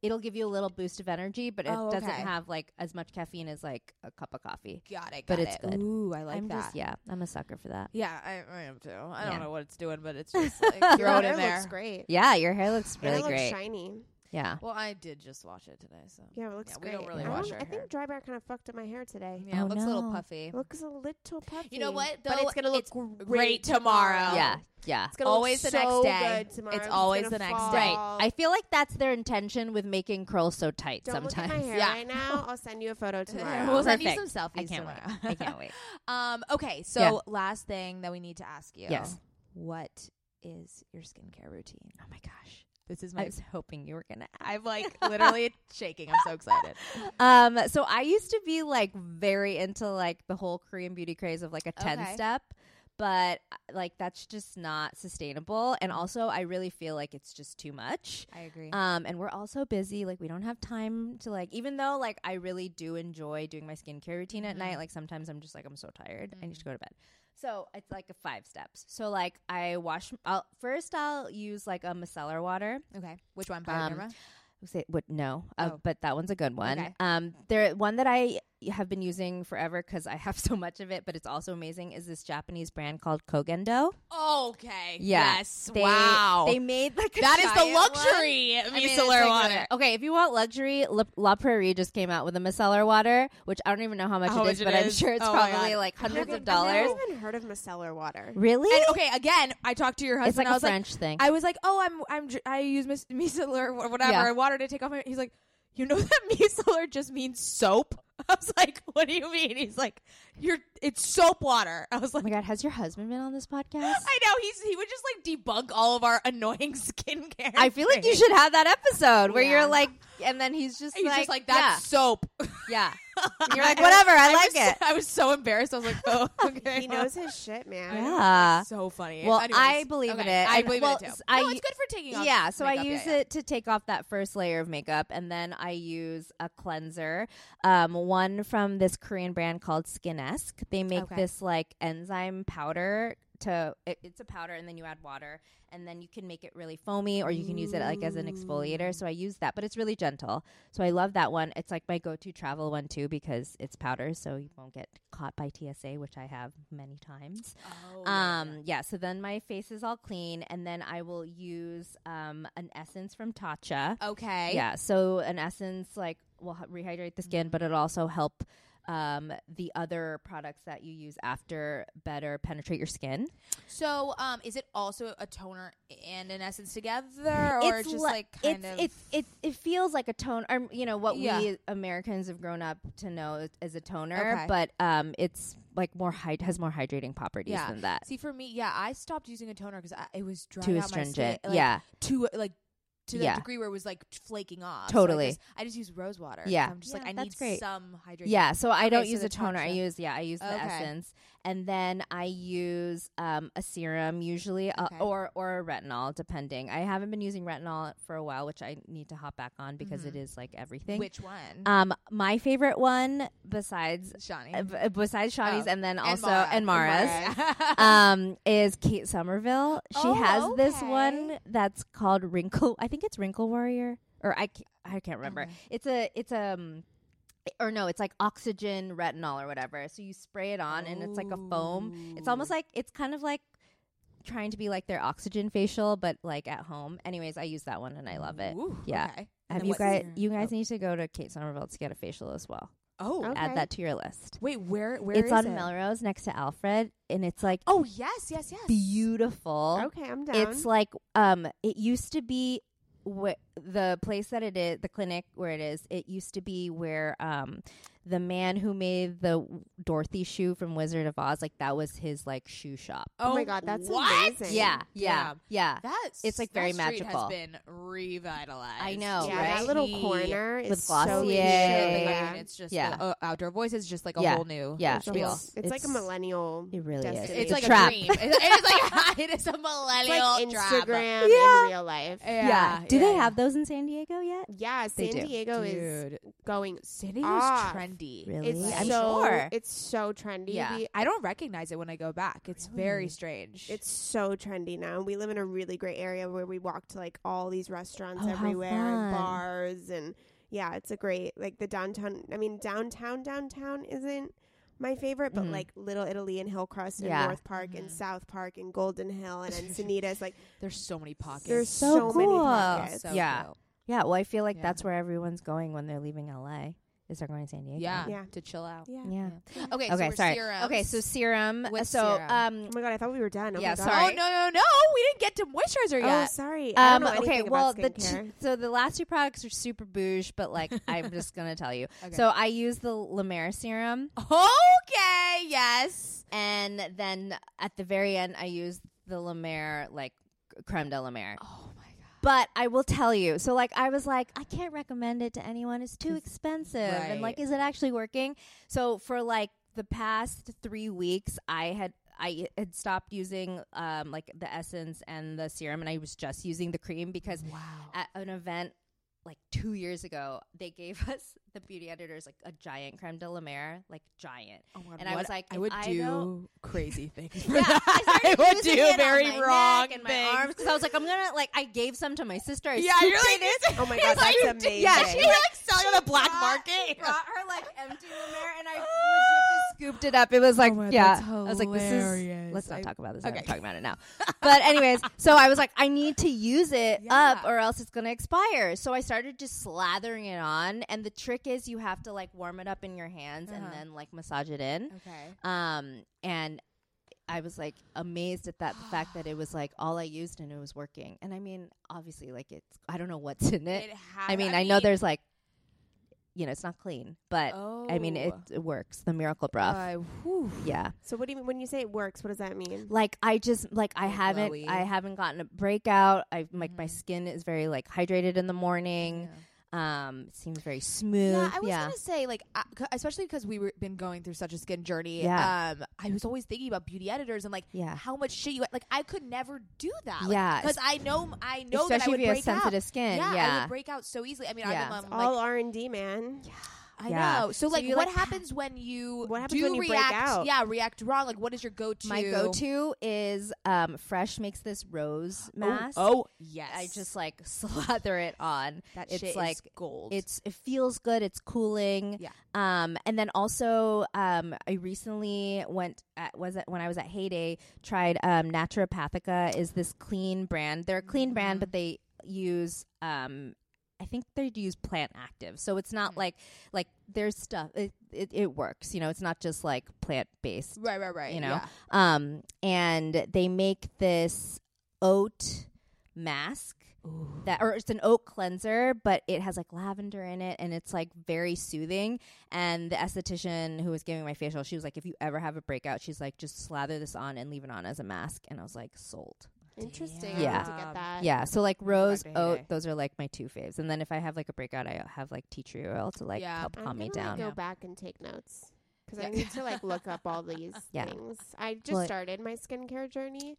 S4: it'll give you a little boost of energy, but it
S2: Oh,
S4: doesn't
S2: okay.
S4: have like as much caffeine as like a cup of coffee.
S2: got it. Got
S4: but it's
S2: it.
S4: good.
S2: Ooh, I like
S4: I'm
S2: that.
S4: just yeah, I'm a sucker for that.
S2: yeah, I, I am too. I
S4: Yeah.
S2: don't know what it's doing, but
S4: [laughs]
S2: it's just like
S1: Your
S2: throw it
S1: hair
S2: in there.
S1: looks great.
S4: Yeah, your hair looks
S1: And
S4: really
S1: it looks
S4: great.
S1: shiny.
S4: Yeah,
S2: Well, I did just wash it today, so
S1: Yeah, it looks
S2: Yeah, we
S1: great.
S2: don't really
S1: I,
S2: wash
S1: don't-
S2: our
S1: I
S2: hair.
S1: think dry bar kind of fucked up my hair today.
S2: yeah,
S4: Oh,
S2: it looks a little
S4: no.
S2: puffy.
S1: It looks a little puffy.
S2: You know what?
S1: But it's
S2: though?
S1: gonna look
S2: It's
S1: great,
S2: great
S1: Oh.
S2: tomorrow.
S4: yeah, yeah.
S1: It's gonna
S2: Always
S1: look
S2: the next
S1: so
S2: day.
S1: Good tomorrow.
S2: It's always
S1: gonna
S2: the next
S1: fall.
S2: day.
S4: Right. I feel like that's their intention with making curls so tight
S1: Don't look at
S4: sometimes.
S1: my hair
S2: Yeah.
S1: right now. I'll send you a photo tomorrow.
S2: [laughs] we'll send you some
S4: Perfect.
S2: selfies.
S4: [laughs] I can't wait.
S2: tomorrow.
S4: I
S2: [laughs]
S4: can't wait.
S2: Um, okay, so
S4: Yeah.
S2: last thing that we need to ask you.
S4: Yes.
S2: What is your skincare routine?
S4: Oh my gosh.
S2: This is
S4: I was hoping you were gonna
S2: I'm [laughs] like literally shaking. I'm so excited.
S4: Um, so I used to be like very into like the whole Korean beauty craze of like a 10
S2: Okay.
S4: step, but like that's just not sustainable. And also, I really feel like it's just too much.
S2: I agree.
S4: Um, and we're all so busy, like, we don't have time to like, even though like I really do enjoy doing my skincare routine at night, like, sometimes I'm just like, I'm so tired, I need to go to bed. So it's like a five steps. So, like, I wash, I'll, first, I'll use like a micellar water.
S2: okay. Which one?
S4: um,
S2: Bioderma?
S4: Say, what, no, uh,
S2: Oh.
S4: but that one's a good one.
S5: Mm-hmm.
S2: Okay.
S4: Um, there one that I y- have been using forever because I have [laughs] so much of it, but it's also amazing, is this Japanese brand called Kogendo.
S5: Okay.
S4: Yeah.
S5: Yes.
S4: They,
S5: wow.
S4: [laughs] They made like a
S5: that is the
S4: giant one.
S5: luxury
S4: I mean, it's
S5: micellar
S4: like
S5: water.
S4: whatever. Okay, if you want luxury, La, La Prairie just came out with a micellar water, which I don't even know how much
S5: How
S4: it is,
S5: much it
S4: but I'm
S5: is?
S4: sure it's
S5: Oh my
S4: probably
S5: God.
S4: like hundreds of
S1: I've
S4: dollars.
S1: never even heard of micellar
S4: [laughs]
S1: water.
S4: Really?
S2: And okay, again, I talked to your husband.
S4: it's like
S2: I
S4: a
S2: was like,
S4: French thing.
S2: I was like, oh, I'm, I'm, dr- I use mis- micellar or whatever
S4: Yeah.
S2: water to take off my. He's like, you know [laughs] that micellar just means soap. [laughs] I was like, what do you mean? He's like, you're, it's soap water. I was
S4: oh
S2: like.
S4: my god, has your husband been on this
S2: [laughs]
S4: podcast?
S5: [gasps]
S4: [laughs]
S2: I know he's he would just like debunk all of our [laughs] annoying skincare.
S4: I feel like you
S2: things.
S4: should have that episode where
S1: Yeah.
S4: you're like, and then he's just
S2: He's
S4: like,
S2: just like
S5: [laughs]
S2: that's soap. [laughs]
S4: yeah, yeah. And you're like, whatever, I, like
S2: was,
S4: it.
S2: [laughs] I was so embarrassed. I was like, oh, [laughs] okay.
S1: He knows his shit, man.
S4: Yeah.
S2: So funny.
S4: Well,
S2: Anyways,
S4: I believe in
S2: okay,
S4: it.
S2: I
S4: And-
S2: believe
S4: well,
S2: in it
S4: s-
S2: too.
S4: I
S2: no,
S4: u-
S2: it's good for taking off.
S4: Yeah, so I
S2: makeup, yeah,
S4: use
S2: yeah.
S4: it to take off that first layer of makeup, and then I use a cleanser, um, one from this Korean brand called Skinesque. They make
S2: Okay.
S4: this like enzyme powder. To it, it's a powder, and then you add water, and then you can make it really foamy, or you can use it like as an exfoliator. So I use that, but it's really gentle. So I love that one. It's like my go-to travel one too because it's powder, so you won't get caught by TSA, which I have many times
S2: Oh,
S5: Oh,
S4: um yeah, so then my face is all clean and then i will use um an essence from tatcha
S5: okay.
S4: yeah so an essence like will h- rehydrate the skin but it'll also help um the other products that you use after better penetrate your skin
S5: So, um, is it also a toner and an essence together, or
S4: It's
S5: just
S4: li-
S5: like kind
S4: it's,
S5: of?
S4: it's it it feels like a toner um, you know what
S5: Yeah.
S4: we americans have grown up to know as- as a toner
S5: Okay.
S4: but um it's like more hyd- has more hydrating properties
S5: Yeah.
S4: than that
S5: See, for me, yeah, I stopped using a toner because it was drying
S4: too
S5: out my
S4: astringent
S5: skin, like,
S4: yeah
S5: too like to the
S4: Yeah.
S5: degree where it was like flaking off. So
S4: Totally.
S5: I, just, I just use rose water.
S4: Yeah.
S5: I'm just like
S4: Yeah,
S5: I
S4: that's
S5: need
S4: great.
S5: some hydration.
S4: Yeah, so I don't
S5: so
S4: use
S5: the
S4: a toner. I
S5: Tatcha.
S4: use yeah, I use the
S5: Okay.
S4: essence, and then I use um, a serum usually, uh,
S5: Okay.
S4: or or a retinol depending. I haven't been using retinol for a while, which I need to hop back on because it is like everything.
S5: Mm-hmm. Which one?
S4: um, my favorite one besides
S5: Shawnee.
S4: uh, b- besides Shawnee's
S5: Oh,
S4: and then also
S5: Mara.
S4: and Mara's.
S5: Mara.
S4: [laughs] Um, is Kate Somerville? She
S5: Oh,
S4: has this
S5: okay.
S4: one that's called Wrinkle. I think it's Wrinkle Warrior, or I ca- I can't remember. It's a it's um or no, it's like oxygen retinol or whatever. So you spray
S5: [laughs]
S4: it on Um, and it's like a foam.
S5: Oh.
S4: It's almost like it's kind of like trying to be like their oxygen facial, but like at home. Anyways, I use that one and I love it.
S5: Ooh,
S4: yeah.
S5: Okay.
S4: Have
S5: then
S4: you
S5: what's
S4: guys?
S5: your-
S4: You guys need to go to Kate Somerville to get a facial as well.
S5: Oh.
S1: Okay.
S4: Add that to your list.
S5: Wait, where where
S4: it's
S5: is
S4: on
S5: it?
S4: Melrose next to Alfred, and it's like
S5: Oh yes, yes, yes.
S4: beautiful.
S1: Okay, I'm down.
S4: It's like um, it used to be wh- the place that it is, the clinic where it is. It used to be where um, the man who made the Dorothy shoe from Wizard of Oz, like that was his like shoe shop.
S1: oh my god, that's
S5: what?
S1: amazing.
S4: Yeah, yeah,
S5: Damn.
S4: yeah.
S5: That's
S4: It's, like, very
S5: that street
S4: magical.
S5: Has been revitalized.
S4: I know,
S1: yeah,
S4: right?
S1: that little
S5: Gee.
S1: corner is
S4: With
S1: so
S4: Glossier.
S1: chic.
S4: Yeah.
S5: I mean, it's just
S4: Yeah.
S5: the, uh, outdoor voices, just like a
S4: Yeah.
S5: whole new.
S4: Yeah,
S5: it's
S1: It's, a
S4: real.
S1: whole-
S5: just-
S1: it's like a
S4: It's-
S1: millennial.
S4: It really is.
S1: Destiny.
S5: It's
S1: It's
S5: like
S4: trap.
S5: a dream. [laughs] It's, it's like it's a [laughs]
S1: It's
S5: millennial
S1: like
S5: trap.
S1: Instagram
S4: Yeah.
S1: in real life.
S2: Eh,
S5: Yeah.
S4: Yeah. Do they
S5: yeah.
S4: have those in San Diego yet?
S1: Yeah,
S4: They
S1: San
S4: do.
S1: Diego is
S5: Dude,
S1: going.
S5: San Diego's
S1: off.
S5: trendy.
S4: Really?
S1: It's
S4: I'm
S1: so
S4: sure.
S1: it's so trendy.
S4: Yeah.
S1: We-
S5: I don't recognize it when I go back. It's very strange.
S1: It's so trendy now. We live in a really great area where we walk to like all these restaurants
S4: Oh, how
S1: everywhere and
S4: fun.
S1: bars and yeah, it's a great like the downtown. I mean, downtown downtown isn't my favorite, but
S4: Mhm.
S1: like Little Italy and Hillcrest and
S4: Yeah.
S1: North Park and South Park and Golden Hill
S4: [laughs]
S1: and Encinitas, like
S5: there's so many pockets.
S1: there's
S4: So
S1: so, many
S4: cool.
S1: pockets.
S5: So
S4: Yeah.
S5: cool.
S4: Yeah. Well, I feel like
S5: Yeah.
S4: that's where everyone's going when they're leaving LA. Is they're going to San Diego?
S5: yeah,
S1: Yeah.
S5: to chill out.
S1: Yeah.
S4: Yeah.
S5: Okay, so
S4: Okay.
S5: we're Oh,
S4: sorry.
S5: serums.
S4: Okay. So serum.
S5: What's
S4: so
S5: serum?
S4: um,
S1: Oh my god, I thought we were done. Oh
S4: Yeah,
S1: my God.
S4: sorry. Um,
S5: Oh no no no! We didn't get to moisturizer
S1: Oh,
S5: yet.
S1: sorry. I don't know
S4: okay,
S1: anything
S4: well,
S1: about
S4: the two,
S1: skincare.
S4: so the last two products are super bouge, but like I'm just gonna tell
S1: [laughs]
S4: you.
S5: Okay.
S4: So I use the La Mer serum,
S5: okay, yes.
S4: and then at the very end, I use the La Mer like creme de la mer.
S1: Ah.
S5: Oh my god.
S4: But I will tell you. So like I was like I can't recommend it to anyone. It's too expensive. And like
S5: Right.
S4: is it actually working? So for like the past 3 weeks I had I had stopped using um like the essence and the serum and I was just using the cream because
S5: Wow.
S4: at an event like two years ago, they gave [laughs] us the beauty editors like a giant creme de la mer, like
S3: [laughs]
S4: giant.
S2: Oh my God,
S4: And I
S2: what
S4: was like,
S2: I
S4: if
S2: would
S4: I don't-
S2: do crazy things. for
S4: Yeah,
S2: that.
S4: [laughs] I, started
S3: I would
S4: using
S3: do
S4: it on
S3: very
S4: my
S3: wrong
S4: neck and my arms because I was like, I'm gonna like I gave some to my sister. I
S3: Yeah, you're
S4: scooped
S3: like,
S5: [laughs]
S1: Oh my god, that's amazing.
S3: yeah, she's like selling on the black
S4: brought-
S2: [laughs]
S3: market. [laughs]
S4: brought her like empty La Mer, and I legit just scooped it up. It was like, yeah, I was like, this is. Let's not talk about this. Okay. I'm talking about it now. But anyways, so I was like, I need to use it up, or else it's gonna expire. So I started just slathering it on, and the trick is you have to like warm it up in your hands and then like massage it in.
S5: Okay.
S4: Um, and I was like amazed at that the fact that it was like all I used and it was working. And I mean, obviously, like it's I don't know what's in it.
S5: It
S4: I mean, I, know there's like, you know, it's not clean, but I mean, it,
S5: Oh.
S4: it works. The miracle breath.
S5: Uh,
S4: yeah.
S1: So what do you mean when you say it works? What does that mean?
S4: Like I just like I haven't
S2: glowy.
S4: I haven't gotten a breakout. I like my
S5: Mm-hmm.
S4: skin is very like hydrated in the morning. Um, it seems very smooth.
S5: Yeah, I was
S4: yeah.
S5: gonna say like, I- c- especially because we were been going through such a skin journey.
S4: Yeah.
S5: Um, I was always thinking about beauty editors and like,
S4: Yeah.
S5: how much shit you like. I could never do that.
S4: Yeah,
S5: because I know I know
S4: especially
S5: that I would
S4: if you have
S5: break out.
S4: sensitive skin.
S5: Yeah, I
S4: yeah.
S5: would break out so easily. I mean,
S4: Yeah.
S5: I've been um,
S1: All
S5: like,
S1: R and D, man.
S5: I
S4: Yeah.
S5: know. So,
S4: So
S5: like,
S4: you,
S5: what
S4: like,
S5: happens when you
S1: What happens
S5: do
S1: when you break
S5: react?
S1: out?
S5: Yeah, react wrong. Like, what is your go-to?
S4: My go-to is um, Fresh makes this rose
S5: [gasps]
S4: mask.
S5: Oh, yes.
S4: I just like [laughs] slather it on.
S5: that
S4: it's
S5: shit
S4: like
S5: is gold.
S4: It's it feels good. It's cooling.
S5: Yeah.
S4: Um, and then also, um, I recently went at, was it when I was at Heyday tried um, Naturopathica is this clean brand. They're a clean brand,
S5: Mm-hmm.
S4: but they use um, I think they use plant active. So it's
S5: Mm.
S4: not like like there's stuff. It, it it works. You know, it's not just like plant based.
S5: right, right, right.
S4: you know.
S5: yeah.
S4: Um, and they make this oat mask that, or it's an oat cleanser, but it has like lavender in it, and it's like very soothing. And the esthetician who was giving my facial, she was like, "If you ever have a breakout, she's like, just slather this on and leave it on as a mask." And I was like, "Sold."
S1: Interesting.
S4: Yeah.
S1: I need to get that.
S4: Yeah. So like rose,
S2: to
S4: oat,
S2: Heyday.
S4: those are like my two faves. And then if I have like a breakout, I have like tea tree oil to like
S5: Yeah.
S4: help
S1: I'm
S4: calm me
S1: gonna, like,
S4: down.
S1: go back and take notes because I need to
S4: [laughs]
S1: like look up all these
S4: Yeah.
S1: things. I just
S4: Well, it-
S1: started my skincare journey.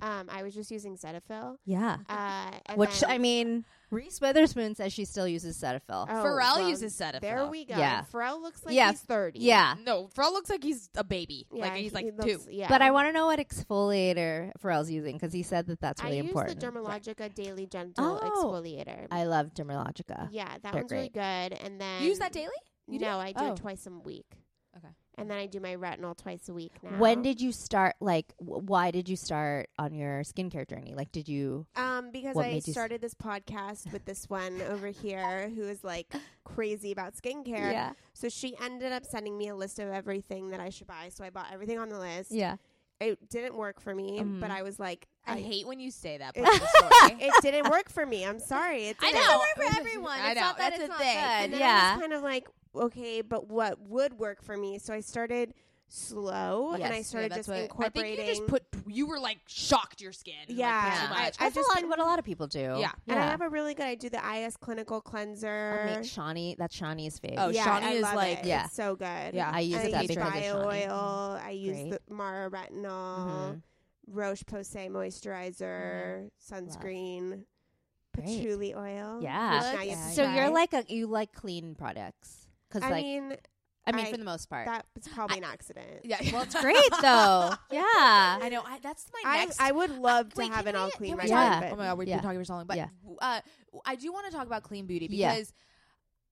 S1: Um, I was just using
S4: [laughs]
S1: Cetaphil.
S4: yeah.
S1: Uh, and
S4: Which
S1: then-
S4: I mean, Reese Witherspoon says she still uses Cetaphil.
S1: Oh,
S2: Pharrell
S1: well,
S2: uses Cetaphil.
S1: There we go.
S4: Yeah.
S1: Pharrell looks like
S4: Yeah,
S1: he's thirty.
S4: yeah.
S2: No, Frog looks like he's a baby.
S1: Yeah,
S2: like he's
S1: he
S2: like two.
S1: looks- Yeah.
S4: But I want to know what exfoliator Pharrell's using because he said that that's really
S1: I use
S4: important.
S1: the Dermalogica Daily Gentle
S4: Oh.
S1: Exfoliator.
S4: I love Dermalogica.
S1: yeah, that
S4: They're
S1: one's really good. And then
S5: You use that daily? You do?
S1: No, I do
S5: Oh.
S1: it twice a week.
S5: Okay.
S1: And then I do my retinol twice a week now.
S4: When did you start? Like, wh- why did you start on your skincare journey? Like, did you?
S1: Um, because
S4: What
S1: I
S4: made you s-
S1: started this podcast with this one over here who is like crazy about skincare. So she ended up sending me a list of everything that I should buy. So I bought everything on the list.
S4: yeah.
S1: It didn't work for me, but I was like,
S2: I
S1: I,
S2: hate when you say that.
S1: It-
S2: part of
S1: [laughs]
S2: the story.
S1: it didn't work for me. I'm sorry.
S4: [laughs]
S1: It didn't.
S4: for everyone.
S2: I It's know, not that that's it's the not thing. good.
S1: And then I
S4: Yeah.
S1: was kind of like, okay, but what would work for me? So I started slow and I
S4: Yes.
S1: started
S2: Yeah, that's
S1: just
S2: what-
S1: incorporating.
S2: I think you just put. You were like shocked your skin. like,
S1: Yeah.
S2: too
S4: [laughs]
S2: much.
S1: I
S4: That's
S1: just
S4: a lot,
S1: been-
S4: what a lot of people do. Yeah.
S1: and I have a really good. I do the IS clinical cleanser.
S4: I make Shawnee. That's Shawnee's face.
S2: Oh,
S1: yeah,
S2: Shawnee
S1: I
S2: is
S1: love
S2: like-
S1: it.
S4: Yeah.
S1: it's so good.
S2: Yeah.
S4: I use
S1: I
S4: it that
S1: use
S4: because of
S1: bio
S4: Shawnee.
S1: oil. I use
S4: Great. Mm-hmm.
S1: the Mara Retinol, Roche Posay moisturizer, sunscreen,
S4: Great.
S1: patchouli oil.
S4: Yeah.
S1: which now
S5: Look
S1: you
S5: at
S1: can
S4: So
S1: try.
S4: you're like a you like clean products because
S1: I
S4: like
S1: mean,
S4: I mean
S1: I-
S4: for the most part.
S1: that was probably an accident.
S2: Yeah.
S4: well, it's
S5: [laughs]
S4: great
S1: [laughs]
S4: though. yeah.
S2: I know. I, that's my
S1: I,
S2: next.
S1: I would love to
S2: Wait,
S1: have an
S2: can we-
S1: all
S2: can
S1: clean
S2: we
S1: regimen.
S4: talk-
S1: but-
S5: Oh my god, we've
S4: Yeah.
S5: been talking for so long, but
S4: Yeah.
S5: uh, I do want to talk about clean beauty
S4: Yeah.
S5: because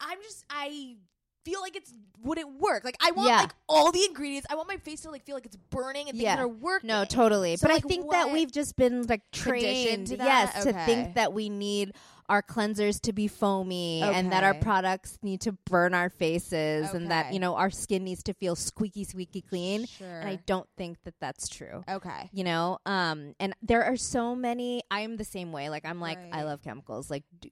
S5: I'm just I feel like it's wouldn't work. Like I want
S4: Yeah.
S5: like all the ingredients. I want my face to like feel like it's burning and things
S4: Yeah.
S5: that are working.
S4: No, totally.
S5: So,
S4: but
S5: like,
S4: I think that
S5: what-
S4: we've just been like trained,
S5: Conditioned to that?
S4: yes, to
S5: Okay.
S4: think that we need our cleansers to be foamy and that our
S5: Okay.
S4: products need to burn our faces and that
S5: Okay.
S4: you know our skin needs to feel squeaky, squeaky clean.
S5: Sure.
S4: And I don't think that that's true.
S5: okay.
S4: You know, um, and there are so many. I'm the same way. Like I'm like I
S5: Right.
S4: love chemicals. Like, d-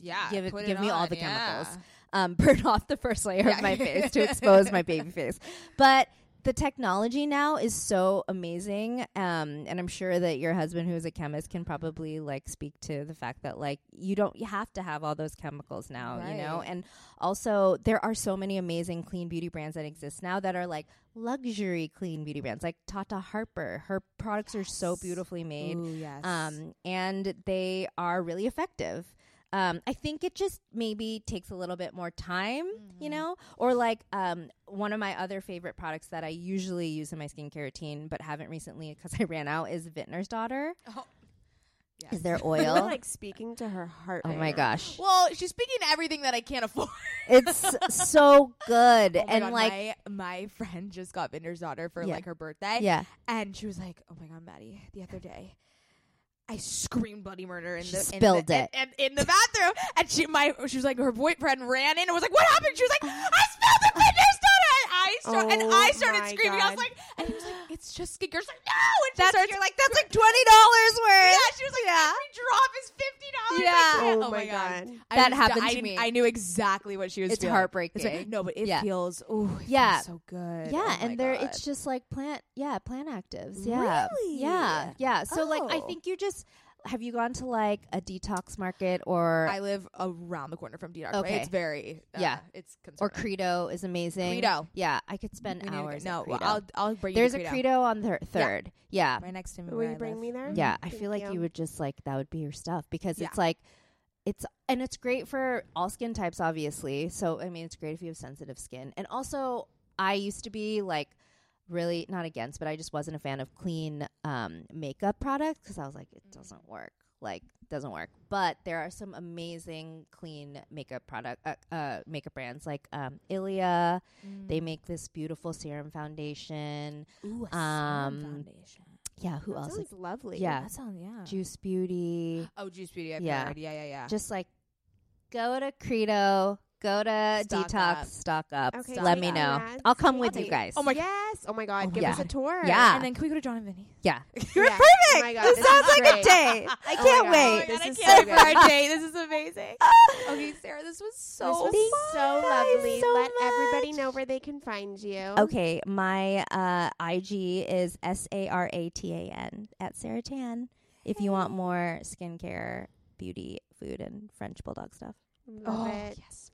S2: yeah.
S4: give it,
S2: put
S4: give me all
S2: on,
S4: the
S2: yeah.
S4: chemicals um, [laughs] burn off the first layer of my face
S2: [laughs]
S4: to expose my baby face. But the technology now is so amazing, um, and I'm sure that your husband, who is a chemist, can probably like speak to the fact that like you don't you have to have all those chemicals now, you know.
S5: Right.
S4: And also, there are so many amazing clean beauty brands that exist now that are like luxury clean beauty brands, like Tata Harper. Her products are so beautifully made
S5: Ooh, yes.
S4: um, and they are really effective. Um, I think it just maybe takes a little bit more time,
S2: Mm-hmm.
S4: you know? Or like um, one of my other favorite products that I usually use in my skincare routine but haven't recently because I ran out is Vintner's Daughter.
S2: Oh.
S4: Is
S2: [laughs]
S4: their
S1: You're
S4: oil?
S1: like [laughs] speaking to her heart.
S4: oh
S1: right
S4: my
S1: now.
S4: [laughs] gosh.
S2: Well, she's speaking to everything that I can't afford.
S4: It's so good.
S2: Oh my
S4: and
S2: God,
S4: like,
S2: my, my friend just got Vinder's daughter for
S4: Yeah.
S2: like her birthday.
S4: yeah.
S2: And she was like, "Oh my god, Maddie!" The other day, I screamed bloody murder in
S4: She
S2: the
S4: spilled
S2: in the,
S4: it.
S2: in, in, in the bathroom, and she my she was like her boyfriend ran in and was like, "What happened?" She was like,
S4: Oh.
S2: "I spilled it, my nurse I start, and
S1: Oh
S2: I started
S1: my
S2: screaming. I was
S1: God.
S2: like, and he was like, "It's just skincare." She's like, "No!" And she
S4: That's-
S2: starts, you're like, "That's like
S4: Twenty dollars worth.
S2: yeah." She was like, "Every drop is fifty dollars."
S4: Yeah.
S1: Oh, my god.
S2: I
S4: That
S2: was-
S4: happened
S2: I,
S4: to me.
S2: I knew exactly what she was.
S4: It's
S2: feeling.
S4: heartbreaking.
S2: It's like- no, but it
S4: Yeah.
S2: feels. Ooh, it
S4: Yeah.
S2: feels so good.
S4: Yeah,
S2: Oh my
S4: and there
S2: God.
S4: it's just like plant yeah, plant actives. Yeah.
S2: Really?
S4: Yeah. Yeah. So like I
S2: Oh.
S4: think you just have you gone to like a detox market or
S2: I live around the corner from Detox.
S4: Okay.
S2: It's very uh,
S4: Yeah.
S2: It's
S4: or
S2: concerning.
S4: Credo is amazing.
S2: Credo.
S4: Yeah, I could spend
S2: We need to
S4: hours.
S2: go-
S4: at
S2: No,
S4: Credo.
S2: I'll I'll bring
S4: There's
S2: you
S4: a
S2: to
S4: Credo on the third. Yeah.
S2: right next to me.
S1: Will
S2: where
S1: you
S2: I
S1: bring
S2: live.
S1: me there?
S4: Yeah, I feel
S1: Thank
S4: like you.
S1: you.
S4: would just like that would be your stuff because
S2: Yeah.
S4: it's like it's and it's great for all skin types obviously. So I mean it's great if you have sensitive skin. And also I used to be like really not against, but I just wasn't a fan of clean um makeup products cuz I was like
S1: Mm-hmm.
S4: it doesn't work. Like doesn't work. But there are some amazing clean makeup product uh, uh makeup brands like um Ilia. They
S1: Mm.
S4: make this beautiful serum foundation.
S2: Ooh, a
S4: Um,
S2: sun foundation.
S4: Yeah, who
S1: That
S4: else?
S1: sounds lovely.
S4: yeah.
S2: That sounds yeah.
S4: Juice Beauty.
S2: oh, Juice Beauty. I
S4: Yeah.
S2: yeah. yeah, yeah, yeah.
S4: just like go to Credo, go to
S2: Stock
S4: Detox,
S2: up.
S4: stock up.
S1: Okay,
S4: Let
S1: take
S4: me
S1: me
S4: know.
S1: ads,
S4: I'll come
S1: take
S4: with you
S1: me.
S4: guys.
S2: Oh my-
S1: Yes. Oh my god. Give us
S2: [laughs]
S4: yeah.
S1: a tour.
S4: Yeah.
S2: And then can we go to John and
S4: [laughs]
S2: Vinny?
S4: yeah.
S1: You're
S4: perfect.
S1: Oh my god. This sounds like a
S2: [laughs]
S4: day.
S1: I
S4: can't
S2: Oh my
S4: wait. [laughs]
S2: God,
S1: This
S2: I
S1: is
S2: can't
S1: so
S2: wait for
S1: good.
S2: our day. This is amazing. okay, Sarah, this was so
S4: Oh
S1: this was so
S2: fun.
S1: lovely.
S4: so
S1: Let everybody
S4: much.
S1: know where they can find you.
S4: Okay, my uh, IG is S A R A T A N at Sarah Tan. If you want more skincare, beauty, food, and French bulldog stuff. Oh,
S1: Love it.
S2: yes.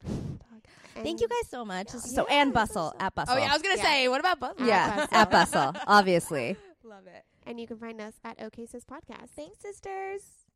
S4: Thank you guys so much. This is so
S1: Yeah,
S4: and
S1: this
S4: Bustle
S1: is so-
S4: at Bustle.
S2: Oh yeah, I was gonna
S1: Yeah.
S2: say, what about both?
S4: yeah,
S1: Bustle.
S4: at Bustle, obviously.
S2: [laughs] Love it.
S1: And you can find us at OK Sis Podcast. Thanks, sisters.